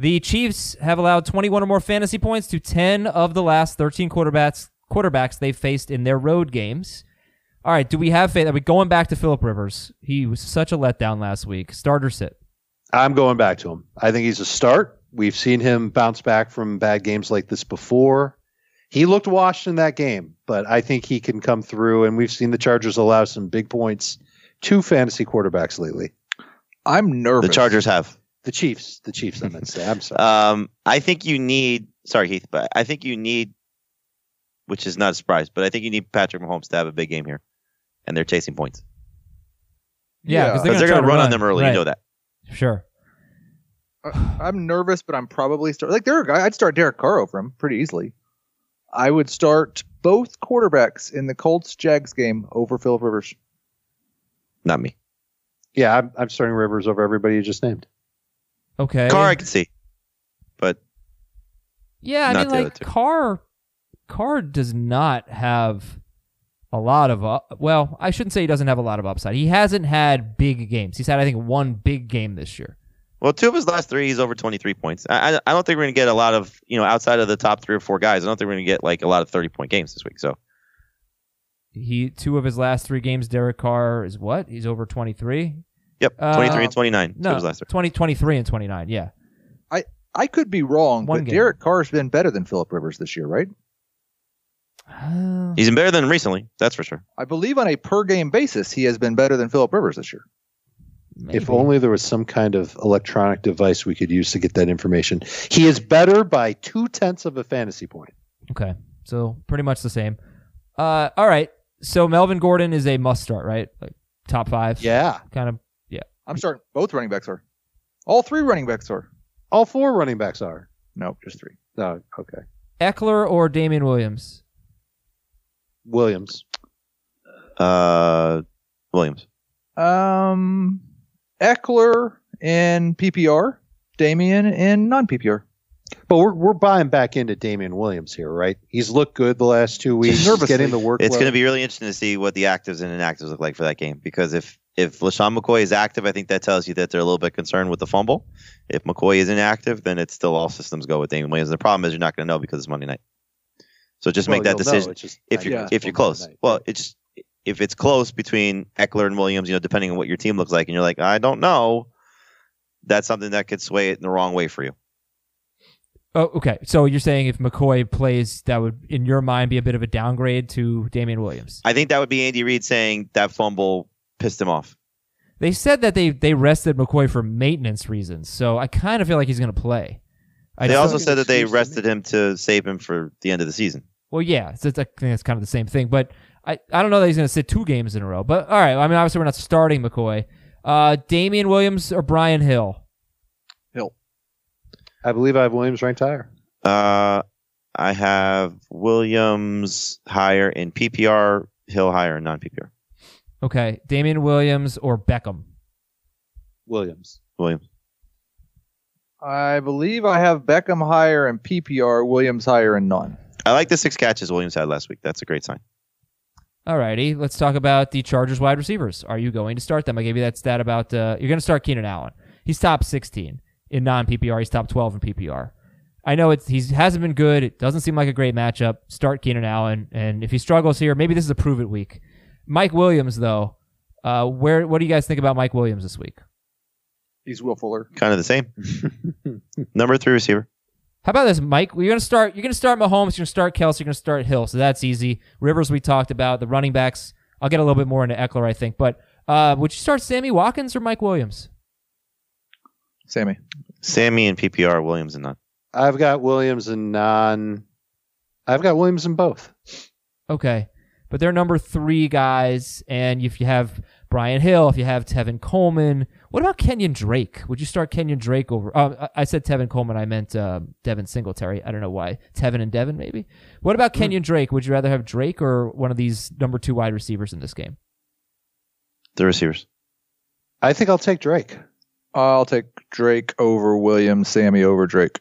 The Chiefs have allowed 21 or more fantasy points to 10 of the last 13 quarterbacks quarterbacks they've faced in their road games. All right, do we have faith? Are we going back to Philip Rivers? He was such a letdown last week. Starter sit. I'm going back to him. I think he's a start. We've seen him bounce back from bad games like this before. He looked washed in that game, but I think he can come through. And we've seen the Chargers allow some big points to fantasy quarterbacks lately. I'm nervous. The Chargers have. The Chiefs, the Chiefs. I meant to say. I'm sorry. Um, I think you need. Sorry, Heath, but I think you need, which is not a surprise, but I think you need Patrick Mahomes to have a big game here, and they're chasing points Yeah, because because they're going to to run on them early. Right. You know that. Sure. I'm nervous, but I'm probably start like there. Are, guys- I'd start Derek Carr over him pretty easily. I would start both quarterbacks in the Colts Jags game over Philip Rivers. Not me. yeah, I'm, I'm starting Rivers over everybody you just named. Okay. Car, I can see. Yeah, I Not mean, the other like two. Carr, Carr does not have a lot of up. Well, I shouldn't say he doesn't have a lot of upside. He hasn't had big games. He's had, I think, one big game this year. Well, two of his last three, he's over 23 points. I, I, I don't think we're going to get a lot of, you know, outside of the top three or four guys, I don't think we're going to get like a lot of 30 point games this week. So He two of his last three games, Derek Carr is what? He's over twenty three. Yep, Uh, 23 and 29. Two No, was last year. 20, 23 and twenty nine. Yeah, I could be wrong, One but game. Derek Carr's been better than Philip Rivers this year, right? Uh, He's been better than recently, that's for sure. I believe on a per game basis, he has been better than Philip Rivers this year. If only there was some kind of electronic device we could use to get that information. He is better by two tenths of a fantasy point. okay, so pretty much the same. Uh, all right. So Melvin Gordon is a must start, right? Like top five. Yeah. Kind of. I'm sorry, both running backs are. All three running backs are. All four running backs are. No, just three. No, okay. Eckler or Damian Williams. Williams. Uh, Williams. Um, Eckler in PPR, Damien in non PPR. But we're, we're buying back into Damian Williams here, right? He's looked good the last two weeks. He's Nervously. getting the work. It's going to be really interesting to see what the actives and inactives look like for that game because if if LaShawn McCoy is active, I think that tells you that they're a little bit concerned with the fumble. If McCoy is inactive, then it's still all systems go with Damian Williams. The problem is you're not going to know because it's Monday night. So just make that decision if you're guess if you're close. Well, it's if it's close between Eckler and Williams, you know, depending on what your team looks like, and you're like, I don't know, that's something that could sway it in the wrong way for you. Oh, okay. So you're saying if McCoy plays, that would, in your mind, be a bit of a downgrade to Damian Williams. I think that would be Andy Reid saying that fumble pissed him off. They said that they they rested McCoy for maintenance reasons, so I kind of feel like he's going to play. I they just- also said that they excuse to me. rested him to save him for the end of the season. well, yeah, so it's, I think it's kind of the same thing, but I, I don't know that he's going to sit two games in a row. But all right, I mean, obviously we're not starting McCoy. Uh, Damian Williams or Brian Hill? I believe I have Williams ranked higher. Uh, I have Williams higher in PPR, Hill higher in non PPR. Okay, Damian Williams or Beckham? Williams. Williams. I believe I have Beckham higher in PPR, Williams higher in non. I like the six catches Williams had last week. That's a great sign. All righty, let's talk about the Chargers wide receivers. Are you going to start them? I gave you that stat about uh, you're going to start Keenan Allen. He's top 16 in non PPR. He's top 12 in PPR. I know it's he hasn't been good. It doesn't seem like a great matchup. Start Keenan Allen, and if he struggles here, maybe this is a prove it week. Mike Williams, though, uh, where what do you guys think about Mike Williams this week? He's Will Fuller. Kind of the same. Number three receiver. How about this, Mike? You're gonna start. You're gonna start Mahomes. You're gonna start Kelsey. You're gonna start Hill. So that's easy. Rivers we talked about. The running backs. I'll get a little bit more into Eckler, I think. But uh, would you start Sammy Watkins or Mike Williams? Sammy. Sammy and PPR, Williams and non. I've got Williams and non. I've got Williams in both. Okay, but they're number three guys, and if you have Brian Hill, if you have Tevin Coleman, what about Kenyon Drake? Would you start Kenyon Drake over? Uh, I I said Tevin Coleman. I meant um, Devin Singletary. I don't know why. Tevin and Devin, maybe. What about Kenyon Drake? Would you rather have Drake or one of these number two wide receivers in this game? The receivers. I think I'll take Drake. I'll take Drake over Williams, Sammy over Drake.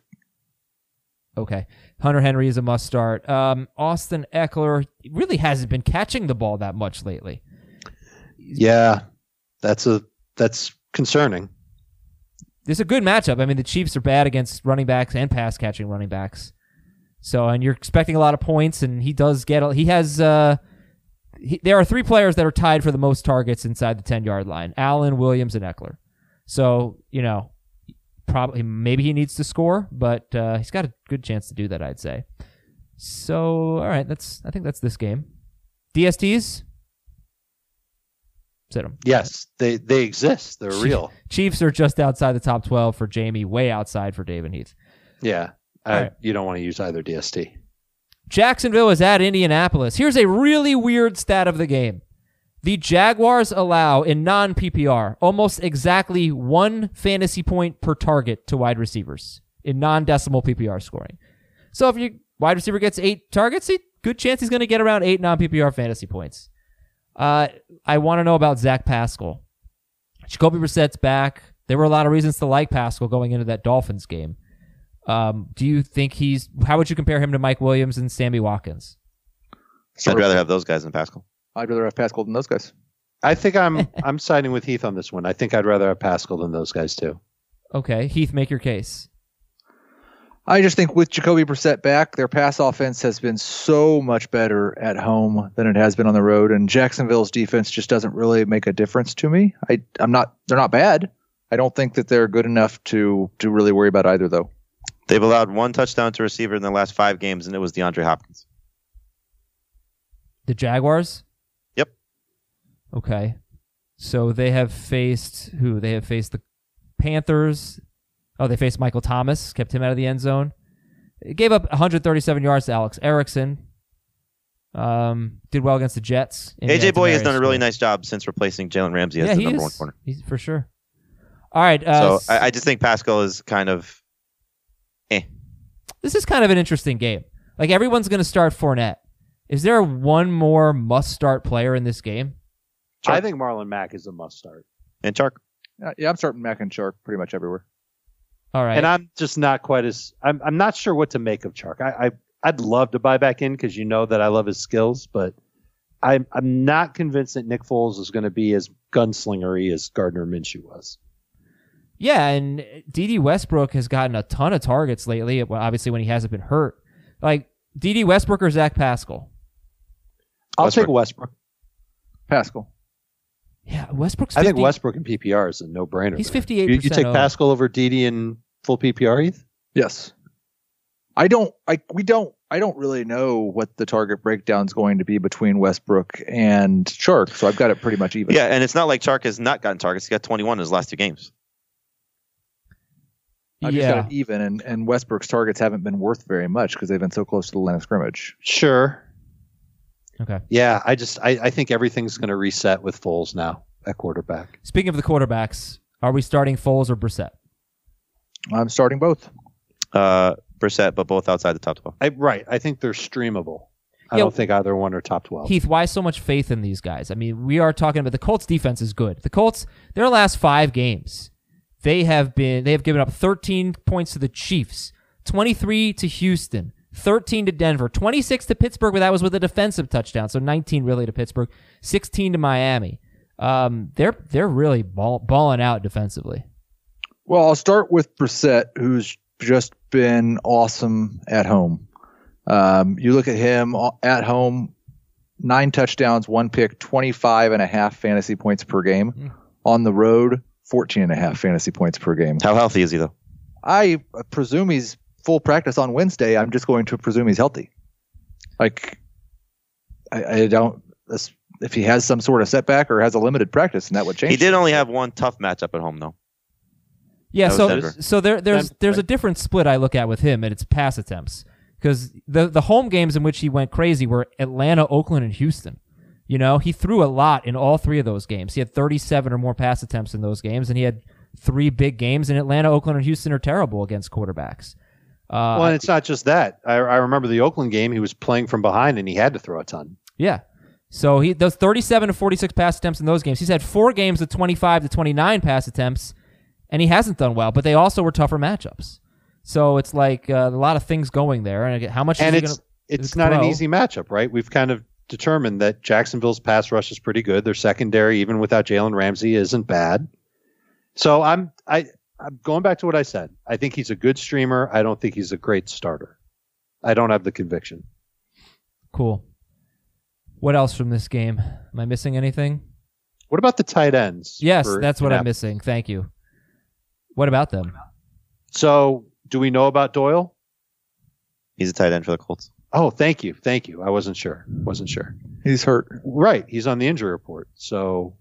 Okay. Hunter Henry is a must start. Um, Austin Eckler really hasn't been catching the ball that much lately. Yeah, that's a that's concerning. This is a good matchup. I mean, the Chiefs are bad against running backs and pass catching running backs. So, and you're expecting a lot of points, and he does get. a- He has. Uh, he, there are three players that are tied for the most targets inside the ten yard line: Allen, Williams, and Eckler. So, you know, probably maybe he needs to score, but uh, he's got a good chance to do that, I'd say. So, all right, that's. I think that's this game. DSTs. Sit 'em. Yes, they they exist. They're real. Chiefs are just outside the top 12 for Jamie, way outside for David Heath. Yeah, All I, right. you don't want to use either DST. Jacksonville is at Indianapolis. Here's a really weird stat of the game. The Jaguars allow in non PPR almost exactly one fantasy point per target to wide receivers in non decimal PPR scoring. So if your wide receiver gets eight targets, he, good chance he's going to get around eight non PPR fantasy points. Uh, I want to know about Zach Pascal. Jacoby Brissett's back. There were a lot of reasons to like Pascal going into that Dolphins game. Um, do you think he's? How would you compare him to Mike Williams and Sammy Watkins? I'd rather have those guys than Pascal. I'd rather have Pascal than those guys. I think I'm I'm siding with Heath on this one. I think I'd rather have Pascal than those guys too. Okay, Heath, make your case. I just think with Jacoby Brissett back, their pass offense has been so much better at home than it has been on the road, and Jacksonville's defense just doesn't really make a difference to me. I, I'm not. They're not bad. I don't think that they're good enough to to really worry about either, though. They've allowed one touchdown to receiver in the last five games, and it was DeAndre Hopkins. The Jaguars? Yep. Okay. So they have faced who? They have faced the Panthers. Oh, they faced Michael Thomas, kept him out of the end zone. It gave up 137 yards to Alex Erickson. Um, did well against the Jets. And yeah, AJ Boy has Demaryius done a really Smith. nice job since replacing Jalen Ramsey as Yeah, the he number is. one corner. He's for sure. All right. Uh, so I, I just think Pascal is kind of this is kind of an interesting game. Like everyone's going to start Fournette. Is there one more must-start player in this game? Sure. I think Marlon Mack is a must start. and Chark. Uh, yeah, I'm starting Mac and Shark pretty much everywhere. All right. And I'm just not quite as I'm I'm not sure what to make of Chark. I, I I'd love to buy back in because you know that I love his skills, but I'm I'm not convinced that Nick Foles is going to be as gunslingery as Gardner Minshew was. Yeah, and D.D. Westbrook has gotten a ton of targets lately. well, Obviously, when he hasn't been hurt, like D.D. Westbrook or Zach Pascal. I'll Westbrook. take Westbrook. Pascal. Yeah, Westbrook's. 50, I think Westbrook in PPR is a no brainer. He's fifty-eight. You, you take Pascal over Didi in full PPR, Heath? Yes. I don't I we don't I don't really know what the target breakdown's going to be between Westbrook and Shark, so I've got it pretty much even. Yeah, and it's not like Chark has not gotten targets. He got 21 in his last two games. I've just yeah, got it even and, and Westbrook's targets haven't been worth very much because they've been so close to the line of scrimmage. Sure. okay. Yeah, I just I, I think everything's going to reset with Foles now at quarterback. Speaking of the quarterbacks, are we starting Foles or Brissett? I'm starting both. Uh, Brissett, but both outside the top 12. I, right. I think they're streamable. I Yeah. don't think either one are top twelve. Heath, why so much faith in these guys? I mean, we are talking about the Colts defense is good. The Colts, their last five games, they have been they have given up 13 points to the Chiefs, 23 to Houston, 13 to Denver, 26 to Pittsburgh, but that was with a defensive touchdown, so 19 really to Pittsburgh, 16 to Miami. Um, they're they're really ball, balling out defensively. Well, I'll start with Brissett, who's just been awesome at home. Um, you look at him all- at home, nine touchdowns, one pick, 25 and a half fantasy points per game. On the road, 14 and a half fantasy points per game. How healthy is he, though? I presume he's full practice on Wednesday. I'm just going to presume he's healthy. Like, I, I don't. this- If he has some sort of setback or has a limited practice, and that would change. He did only have one tough matchup at home, though. Yeah, That was so Denver. so there there's Denver, there's a different split I look at with him, and it's pass attempts because the the home games in which he went crazy were Atlanta, Oakland, and Houston. You know, he threw a lot in all three of those games. He had 37 or more pass attempts in those games, and he had three big games. And Atlanta, Oakland, and Houston are terrible against quarterbacks. Uh, well, and it's not just that. I, I remember the Oakland game. He was playing from behind and he had to throw a ton. Yeah. So he those 37 to 46 pass attempts in those games. He's had four games of 25 to 29 pass attempts, and he hasn't done well. But they also were tougher matchups. So it's like uh, a lot of things going there. And again, how much And is he it's gonna- it's it's not an throw. easy matchup, right? We've kind of determined that Jacksonville's pass rush is pretty good. Their secondary, even without Jalen Ramsey, isn't bad. So I'm I I'm going back to what I said. I think he's a good streamer. I don't think he's a great starter. I don't have the conviction. cool? What else from this game? Am I missing anything? What about the tight ends? Yes, for that's what I'm Indianapolis? missing. Thank you. What about them? So do we know about Doyle? He's a tight end for the Colts. Oh, thank you, thank you. I wasn't sure. Wasn't sure. He's hurt. Right. He's on the injury report. So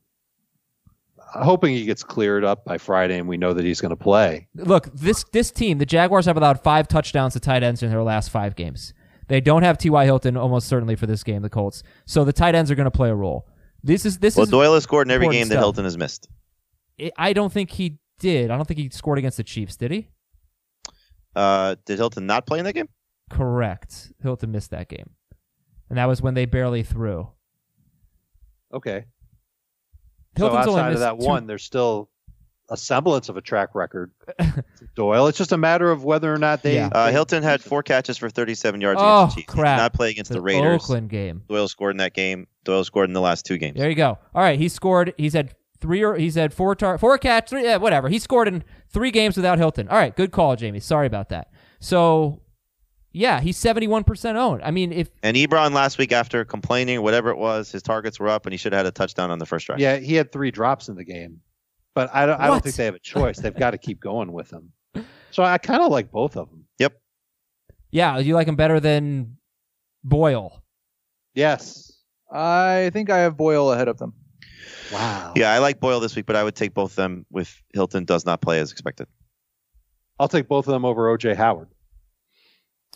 I'm hoping he gets cleared up by Friday and we know that he's going to play. Look, this this team, the Jaguars have allowed five touchdowns to tight ends in their last five games. They don't have T.Y. Hilton almost certainly for this game, the Colts. So the tight ends are going to play a role. This is this Well, is Doyle has scored in every important game that stuff. Hilton has missed. I- I don't think he did. I don't think he scored against the Chiefs, did he? Uh, did Hilton not play in that game? Correct. Hilton missed that game. And that was when they barely threw. Okay. Hilton's so only outside of missed that two- one, there's still a semblance of a track record. for Doyle. It's just a matter of whether or not they. Yeah. Uh, Hilton had four catches for 37 yards Oh, against the Chiefs. He did crap. not play against the the, Raiders. Oakland game. Doyle scored in that game. Doyle scored in the last two games. There you go. All right, he scored. He's had three or he's had four tar- four catch, three yeah, whatever. He scored in three games without Hilton. All right, good call, Jamie. Sorry about that. So, yeah, he's 71% owned. I mean, if And Ebron last week, after complaining, whatever it was, his targets were up, and he should have had a touchdown on the first drive. Yeah, he had three drops in the game, but I don't. I What? don't think they have a choice. They've got to keep going with him. So I kind of like both of them. yeah, you like him better than Boyle. Yes. I think I have Boyle ahead of them. Wow. Yeah, I like Boyle this week, but I would take both of them if Hilton does not play as expected. I'll take both of them over OJ Howard.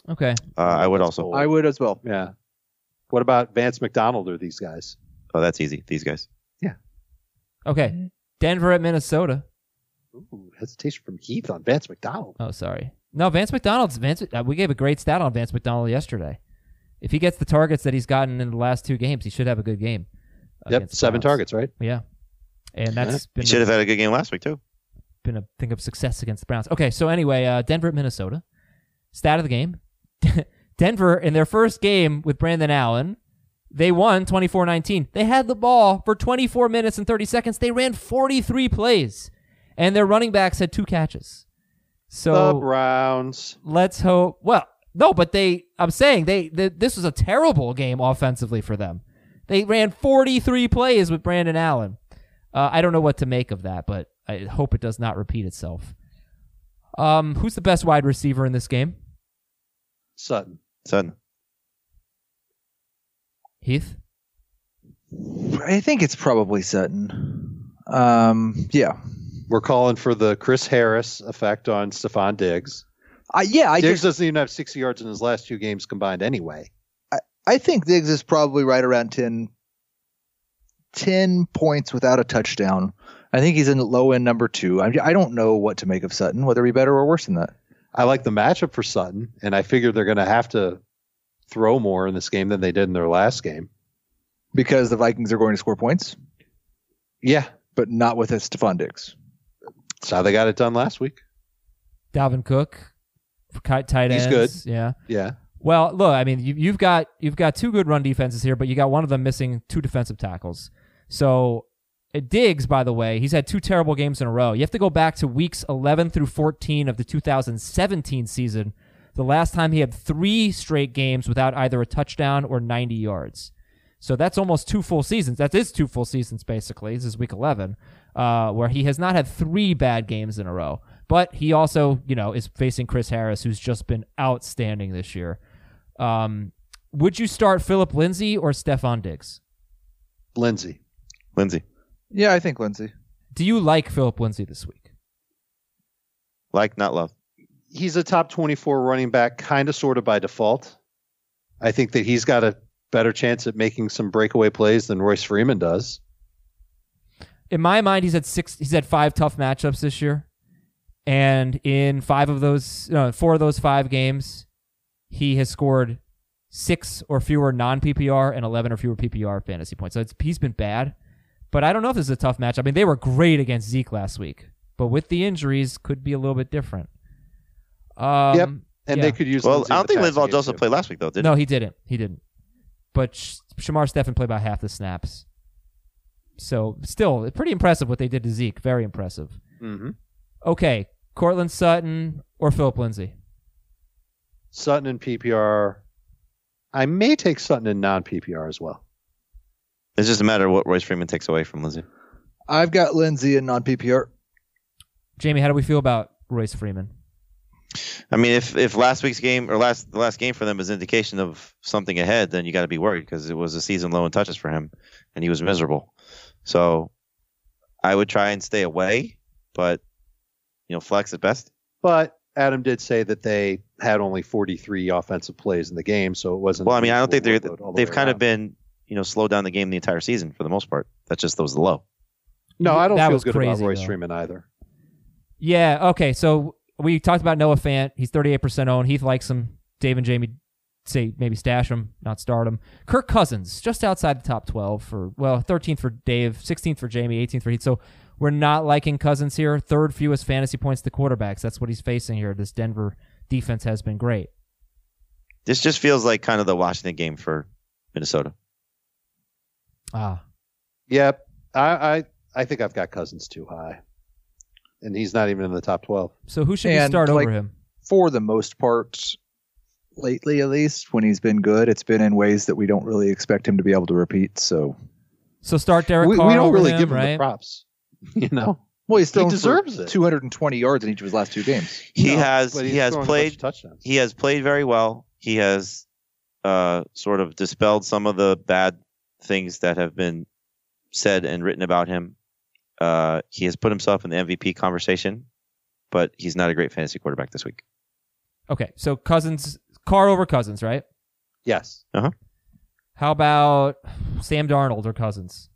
Okay. Uh, I would also. I would as well. Yeah. What about Vance McDonald or these guys? Oh, that's easy. These guys. Okay. Denver at Minnesota. Ooh, hesitation from Heath on Vance McDonald. Oh, sorry. No, Vance McDonald's Vance. Uh, we gave a great stat on Vance McDonald yesterday. If he gets the targets that he's gotten in the last two games, he should have a good game. Yep, against the seven Browns. targets, right? Yeah, and that's He been should a, have had a good game last week too. been a thing of success against the Browns. Okay, so anyway, uh, Denver at Minnesota. Stat of the game: Denver in their first game with Brandon Allen, they won 24-19. They had the ball for 24 minutes and 30 seconds. They ran 43 plays, and their running backs had two catches. So the Browns. let's hope. Well, no, but they. I'm saying they. th this was a terrible game offensively for them. They ran 43 plays with Brandon Allen. Uh, I don't know what to make of that, but I hope it does not repeat itself. Um, who's the best wide receiver in this game? Sutton. Sudden. Heath. I think it's probably Sutton. Um, yeah. We're calling for the Chris Harris effect on Stephon Diggs. I, yeah, I Diggs just doesn't even have 60 yards in his last two games combined anyway. I think Diggs is probably right around 10, 10 points without a touchdown. I think he's in the low end number two. I, I don't know what to make of Sutton, whether he better or worse than that. I like the matchup for Sutton, and I figure they're going to have to throw more in this game than they did in their last game. Because the Vikings are going to score points, Yeah, but not with Stephon Diggs. that's how they got it done last week. Dalvin Cook. for ki- Tight He's ends. good. Yeah. Yeah. Well, look, I mean, you, you've got you've got two good run defenses here, but you got one of them missing two defensive tackles. So uh, Diggs, by the way, he's had two terrible games in a row. You have to go back to weeks 11 through 14 of the 2017 season, the last time he had three straight games without either a touchdown or 90 yards. So that's almost two full seasons. That is two full seasons, basically. This is week 11, uh, where he has not had three bad games in a row. But he also, you know, is facing Chris Harris, who's just been outstanding this year. Um, would you start Philip Lindsay or Stefan Diggs? Lindsey. Lindsay. Yeah, I think Lindsay. Do you like Philip Lindsay this week? Like, not love. He's a top 24 running back, kind of sort of by default. I think that he's got a better chance at making some breakaway plays than Royce Freeman does. In my mind, he's had six. He's had five tough matchups this year, and in five of those, no, four of those five games, he has scored six or fewer non PPR and eleven or fewer PPR fantasy points. So it's, he's been bad, but I don't know if this is a tough match. I mean, they were great against Zeke last week, but with the injuries, could be a little bit different. Um, Yep. And yeah. they could use. Well, Lindsey I in don't the think passing Linval game, Joseph too. played last week though, did no, he? he didn't. He didn't. But Sh- Shamar Stefan played about half the snaps. So still pretty impressive what they did to Zeke. Very impressive. Mm-hmm. Mhm. Okay, Cortland Sutton or Philip Lindsay. Sutton in PPR. I may take Sutton in non PPR as well. It's just a matter of what Royce Freeman takes away from Lindsay. I've got Lindsay in non PPR. Jamie, how do we feel about Royce Freeman? I mean, if if last week's game or last the last game for them is indication of something ahead, then you got to be worried because it was a season low in touches for him, and he was miserable. So, I would try and stay away, but you know, flex at best. But Adam did say that they had only 43 offensive plays in the game, so it wasn't. Well, I mean, I don't think they're workload all the they've way kind around. of been you know slowed down the game the entire season for the most part. That's just those low. No, I don't That feel was good about crazy, Royce though. Freeman either. Yeah, okay, so we talked about Noah Fant. He's 38% owned. Heath likes him. Dave and Jamie say maybe stash him, not start him. Kirk Cousins, just outside the top 12 for, well, 13th for Dave, 16th for Jamie, 18th for Heath. So we're not liking Cousins here. Third fewest fantasy points to quarterbacks. That's what he's facing here. This Denver defense has been great. This just feels like kind of the Washington game for Minnesota. Ah, Yep, I, I I think I've got Cousins too high, and he's not even in the top 12. so who should we And, start like, over him? for the most part, lately at least, when he's been good, it's been in ways that we don't really expect him to be able to repeat. So, So start We, Derek we Carr. don't over really him, give him right? the props. You know, well, he's still deserves it. 220 yards in each of his last two games. He No, has but he he's has throwing a bunch played of touchdowns. he has played very well. He has uh, sort of dispelled some of the bad things that have been said and written about him. Uh, he has put himself in the MVP conversation, but he's not a great fantasy quarterback this week. Okay, so Cousins, Carr over Cousins, right? Yes. How about Sam Darnold or Cousins?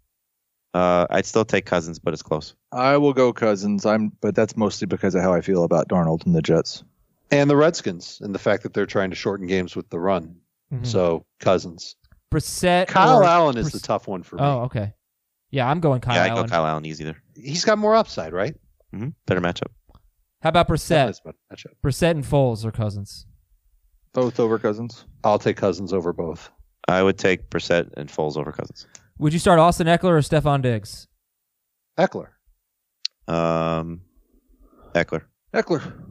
Uh, I'd still take Cousins, but it's close. I will go Cousins. I'm, but that's mostly because of how I feel about Darnold and the Jets. And the Redskins and the fact that they're trying to shorten games with the run. Mm-hmm. So Cousins, Brissett. Kyle or- Allen is Briss- the tough one for me. Oh, okay. Yeah, I'm going Kyle yeah, I go Allen. Kyle Allen easy there. He's got more upside, right? hmm Better matchup. How about Brissett? That's my matchup. Brissett and Foles or Cousins? Both over Cousins. I'll take Cousins over both. I would take Brissett and Foles over Cousins. Would you start Austin Eckler or Stephon Diggs? Eckler. Um, Eckler. Eckler.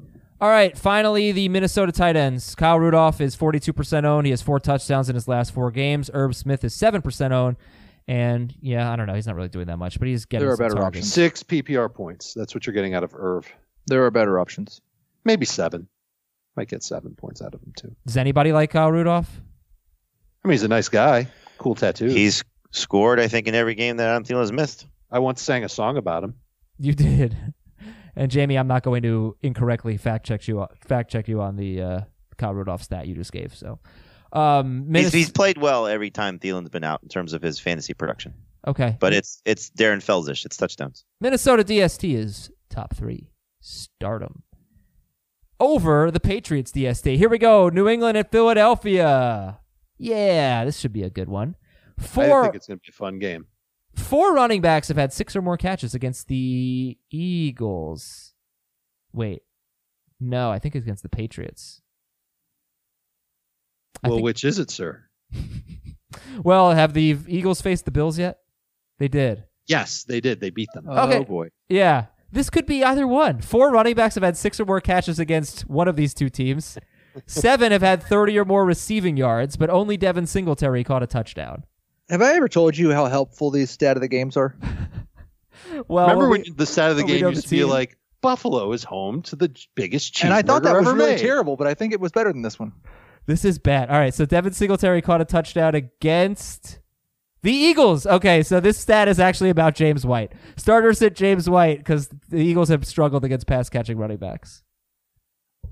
All right, finally, the Minnesota tight ends. Kyle Rudolph is 42% owned. He has four touchdowns in his last four games. Herb Smith is 7% owned. And yeah, I don't know. He's not really doing that much, but he's getting There are some better targets. options. Six PPR points. That's what you're getting out of Irv. There are better options. Maybe seven. Might get seven points out of him too. Does anybody like Kyle Rudolph? I mean, he's a nice guy. Cool tattoos. He's scored, I think, in every game that Adam Thielen's missed. I once sang a song about him. You did. And Jamie, I'm not going to incorrectly fact check you fact check you on the uh, Kyle Rudolph stat you just gave. So, um, He's, Minnes- he's played well every time Thielen's been out in terms of his fantasy production. okay, But it's it's Darren Felsish. It's touchdowns. Minnesota DST is top three. Stardom. Over the Patriots DST. Here we go. New England at Philadelphia. Yeah, this should be a good one. I Four think it's going to be a fun game. four running backs have had six or more catches against the Eagles. Wait. No, I think it's against the Patriots. I Well, think- which is it, sir? Well, have the Eagles faced the Bills yet? They did. Yes, they did. They beat them. Okay. Oh boy. Yeah. This could be either one. Four running backs have had six or more catches against one of these two teams. Seven have had 30 or more receiving yards, but only Devin Singletary caught a touchdown. Have I ever told you how helpful these stat of the games are? Well, Remember we- when the side of the oh, when we game know used the to be team? like Buffalo is home to the j- biggest cheeseburger and I thought that was ever really made." terrible, but I think it was better than this one. this is bad. All right, so Devin Singletary caught a touchdown against the Eagles. Okay, so this stat is actually about James White. Starters at James White because the Eagles have struggled against pass catching running backs.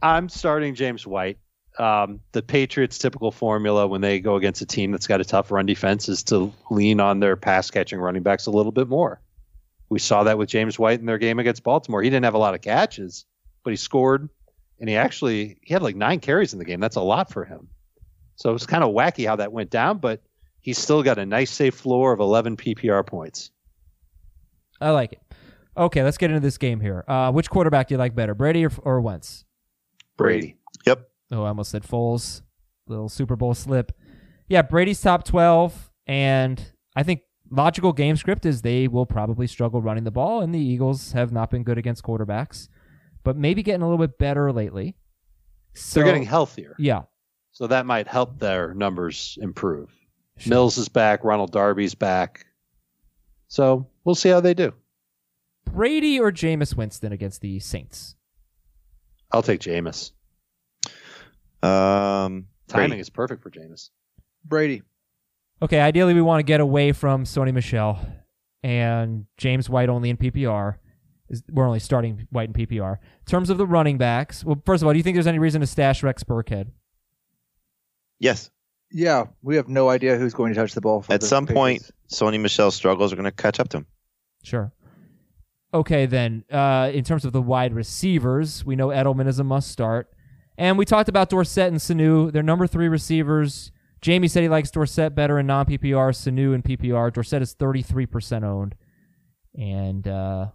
I'm starting James White. Um, the Patriots' typical formula when they go against a team that's got a tough run defense is to lean on their pass catching running backs a little bit more. We saw that with James White in their game against Baltimore. He didn't have a lot of catches, but he scored, and he actually he had like nine carries in the game. That's a lot for him. So it was kind of wacky how that went down, but he's still got a nice safe floor of 11 PPR points. I like it. Okay, let's get into this game here. Uh, which quarterback do you like better, Brady or, or Wentz? Brady. Oh, I almost said Foles. Little Super Bowl slip. Yeah, Brady's top 12. And I think logical game script is they will probably struggle running the ball, and the Eagles have not been good against quarterbacks, but maybe getting a little bit better lately. So, They're getting healthier. Yeah. So that might help their numbers improve. Mills is back. Ronald Darby's back. So we'll see how they do. Brady or Jameis Winston against the Saints? I'll take Jameis. Um, Timing Brady. is perfect for Jameis. Brady. Okay, ideally we want to get away from Sony Michelle and James White only in PPR. Is- We're only starting White in PPR. In terms of the running backs, well, first of all, do you think there's any reason to stash Rex Burkhead? Yes. Yeah, we have no idea who's going to touch the ball. For At the some point, Patriots. Sony Michelle's struggles are going to catch up to him. Sure. Okay, then. Uh, in terms of the wide receivers, we know Edelman is a must start. And we talked about Dorsett and Sanu. They're number three receivers. Jamie said he likes Dorsett better in non PPR, Sanu in PPR. Dorsett is 33% owned. And uh,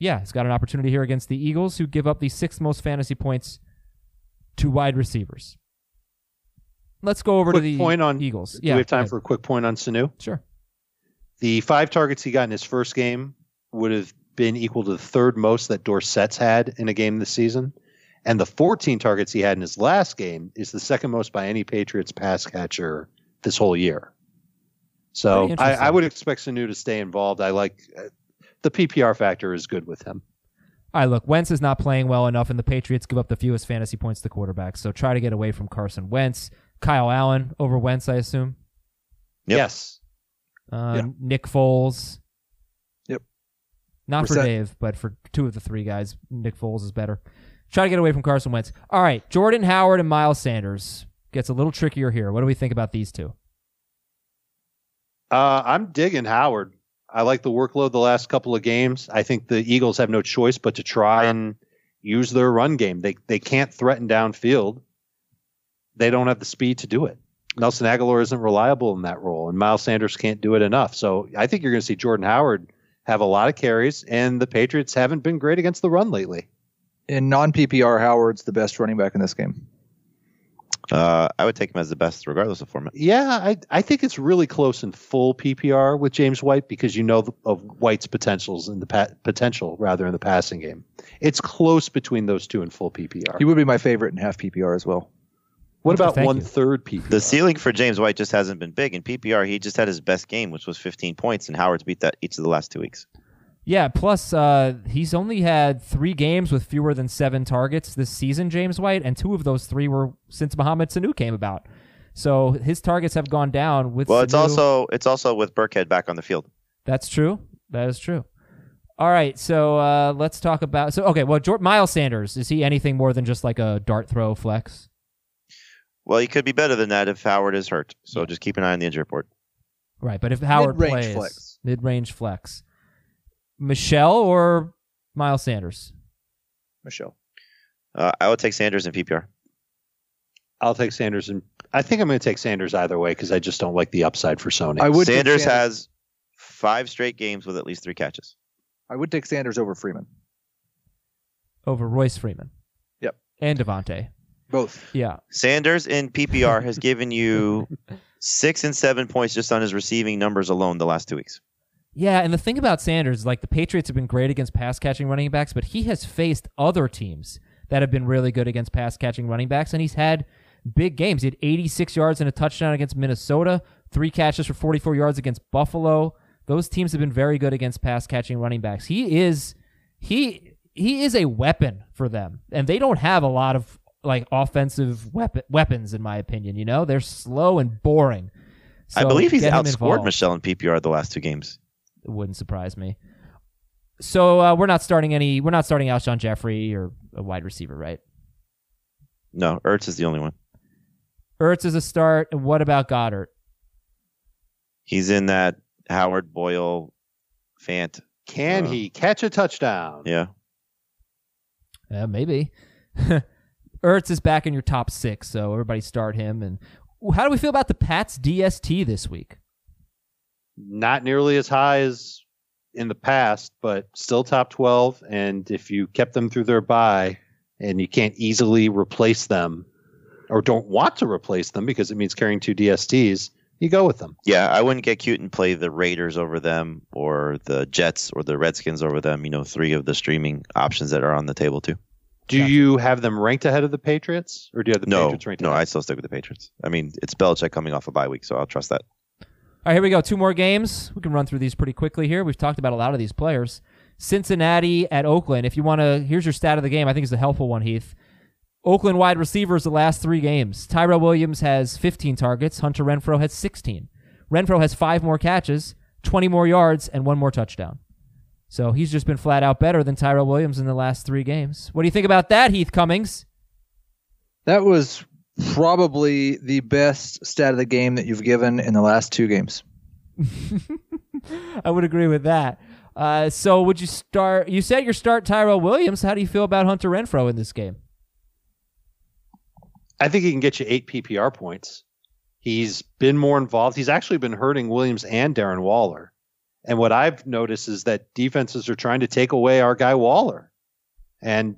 yeah, he's got an opportunity here against the Eagles, who give up the sixth most fantasy points to wide receivers. Let's go over Quick to the point on- Eagles. Do yeah, we have time yeah. for a quick point on Sanu? Sure. The five targets he got in his first game would have been equal to the third most that Dorsett's had in a game this season. And the 14 targets he had in his last game is the second most by any Patriots pass catcher this whole year. So Pretty I, I interesting. would expect Sanu to stay involved. I like uh, the PPR factor is good with him. All right, look, Wentz is not playing well enough, and the Patriots give up the fewest fantasy points to quarterbacks. So try to get away from Carson Wentz. Kyle Allen over Wentz, I assume. Yep. Yes. Uh, Yeah. Nick Foles. Yep. Not for Percent- Dave, but for two of the three guys, Nick Foles is better. Try to get away from Carson Wentz. All right, Jordan Howard and Miles Sanders gets a little trickier here. What do we think about these two? Uh, I'm digging Howard. I like the workload the last couple of games. I think the Eagles have no choice but to try and use their run game. They they can't threaten downfield. They don't have the speed to do it. Nelson Aguilar isn't reliable in that role, and Miles Sanders can't do it enough. So I think you're going to see Jordan Howard have a lot of carries, and the Patriots haven't been great against the run lately. In non PPR, Howard's the best running back in this game. Uh, I would take him as the best regardless of format. Yeah, I I think it's really close in full PPR with James White because you know the, of White's potentials in the pa- potential rather in the passing game. It's close between those two in full PPR. He would be my favorite in half PPR as well. what about Thank one you. third PPR? The ceiling for James White just hasn't been big. In PPR, he just had his best game, which was 15 points, and Howard's beat that each of the last two weeks. Yeah, plus uh, he's only had three games with fewer than seven targets this season, James White, and two of those three were since Mohamed Sanu came about. So his targets have gone down with Well, it's Sanu. also it's also with Burkhead back on the field. That's true. That is true. All right, so uh, let's talk about so okay. Well, Jor Miles Sanders is he anything more than just like a dart throw flex? Well, he could be better than that if Howard is hurt. So just keep an eye on the injury report. Right, but if Howard Mid-range plays flex. mid range flex, Michelle or Miles Sanders? Michelle. Uh, I would take Sanders in PPR. I'll take Sanders and I think I'm going to take Sanders either way because I just don't like the upside for Sony. I would take Sanders has five straight games with at least three catches. I would take Sanders over Freeman. over Royce Freeman. Yep. And Devontae. Both. Yeah. Sanders in PPR has given you six and seven points just on his receiving numbers alone the last two weeks. Yeah, and the thing about Sanders is like the Patriots have been great against pass catching running backs, but he has faced other teams that have been really good against pass catching running backs, and he's had big games. He had 86 yards and a touchdown against Minnesota, three catches for 44 yards against Buffalo. Those teams have been very good against pass catching running backs. He is he he is a weapon for them, and they don't have a lot of like offensive weapon, weapons, in my opinion. You know, they're slow and boring. I So believe he's get him outscored involved. Michelle in PPR the last two games. It wouldn't surprise me. So uh, we're not starting any. We're not starting Alshon Jeffrey or a wide receiver, right? No, Ertz is the only one. Ertz is a start. And what about Goddard? He's in that Howard Boyle Fant. Can Uh, he catch a touchdown? Yeah. Uh, maybe. Ertz is back in your top six, so everybody start him. And how do we feel about the Pats DST this week? not nearly as high as in the past, but still top 12. And if you kept them through their bye and you can't easily replace them or don't want to replace them because it means carrying two DSTs, you go with them. Yeah, I wouldn't get cute and play the Raiders over them or the Jets or the Redskins over them. You know, three of the streaming options that are on the table, too. Do you have them ranked ahead of the Patriots or do you have the no, Patriots ranked no, ahead? I still stick with the Patriots. I mean, it's Belichick coming off a bye week, so I'll trust that. All right, here we go. Two more games. We can run through these pretty quickly here. We've talked about a lot of these players. Cincinnati at Oakland. If you want to, here's your stat of the game. I think it's a helpful one, Heath. Oakland wide receivers the last three games. Tyrell Williams has 15 targets. Hunter Renfro has 16. Renfro has five more catches, 20 more yards, and one more touchdown. So he's just been flat out better than Tyrell Williams in the last three games. What do you think about that, Heath Cummings? That was probably the best stat of the game that you've given in the last two games. I would agree with that. Uh, so would you start? You said your start Tyrell Williams. How do you feel about Hunter Renfro in this game? I think he can get you eight PPR points. He's been more involved. He's actually been hurting Williams and Darren Waller. And what I've noticed is that defenses are trying to take away our guy Waller. And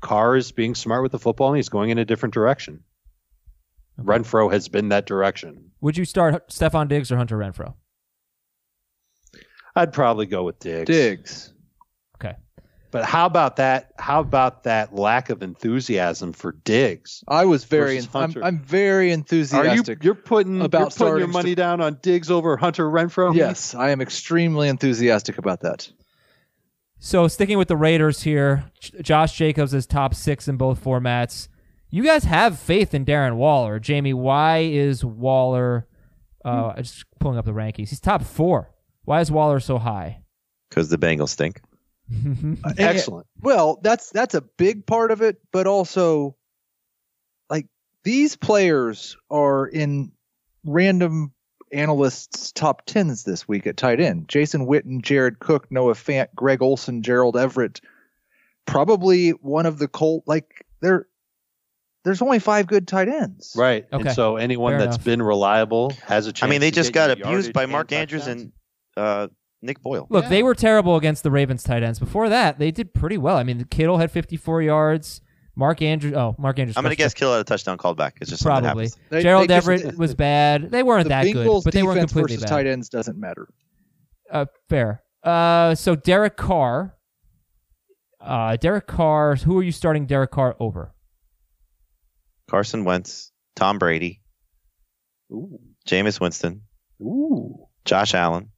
Carr is being smart with the football and he's going in a different direction. Renfro has been that direction. Would you start Stefan Diggs or Hunter Renfro? I'd probably go with Diggs. Diggs. But how about that? How about that lack of enthusiasm for Diggs? I was very, Versus I'm, Hunter. I'm very Are you enthusiastic. you're putting about about putting your starting money to- down on Diggs over Hunter Renfro? yes, I am extremely enthusiastic about that. So sticking with the Raiders here, J- Josh Jacobs is top six in both formats. You guys have faith in Darren Waller, Jamie. Why is Waller? Uh, I'm Just pulling up the rankings, he's top four. Why is Waller so high? because the Bengals stink. excellent. Well, that's that's a big part of it, but also like these players are in random analysts top tens this week at tight end. Jason Witten, Jared Cook, Noah Fant, Greg Olson, Gerald Everett. Probably one of the Colt like there there's only five good tight ends. Right. Okay. And so anyone Fair that's enough. been reliable has a chance. I mean, they to just get got you abused yardage by Mark Andrews touchdowns. and uh, Nick Boyle. Look, they were terrible against the Ravens tight ends. Before that, they did pretty well. I mean, Kittle had 54 yards. Mark Andrews. Oh, Mark Andrews. I'm going to rushed guess Kittle had a touchdown called back. It's just something that Probably. happens. They- Gerald they just- Everett was bad. They weren't the that Bengals good, but they weren't defense completely versus bad. tight ends doesn't matter. Uh, fair. Uh, so Derek Carr. Uh, Derek Carr. Who are you starting Derek Carr over? Carson Wentz, Tom Brady, Ooh. Jameis Winston, Ooh. Josh Allen.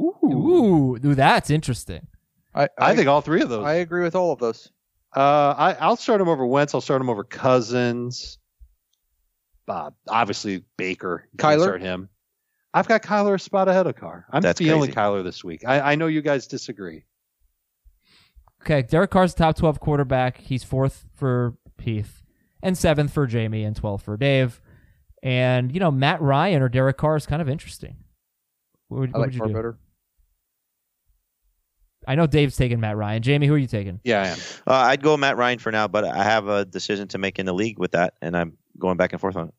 Ooh, ooh, that's interesting. I, I, think all three of those. I agree with all of those. Uh, I, I'll start him over Wentz. I'll start him over Cousins. Uh, obviously Baker. You can Kyler? Start him. I've got Kyler a spot ahead of Carr. I'm That's feeling crazy. Kyler this week. I, I know you guys disagree. Okay, Derek Carr's the top 12 quarterback. He's fourth for Heath, and seventh for Jamie, and 12th for Dave. And you know, Matt Ryan or Derek Carr is kind of interesting. What would, I what like would you Carr do? better. I know Dave's taking Matt Ryan. Jamie, who are you taking? Yeah, I am. Uh, I'd go Matt Ryan for now, but I have a decision to make in the league with that, and I'm going back and forth on it.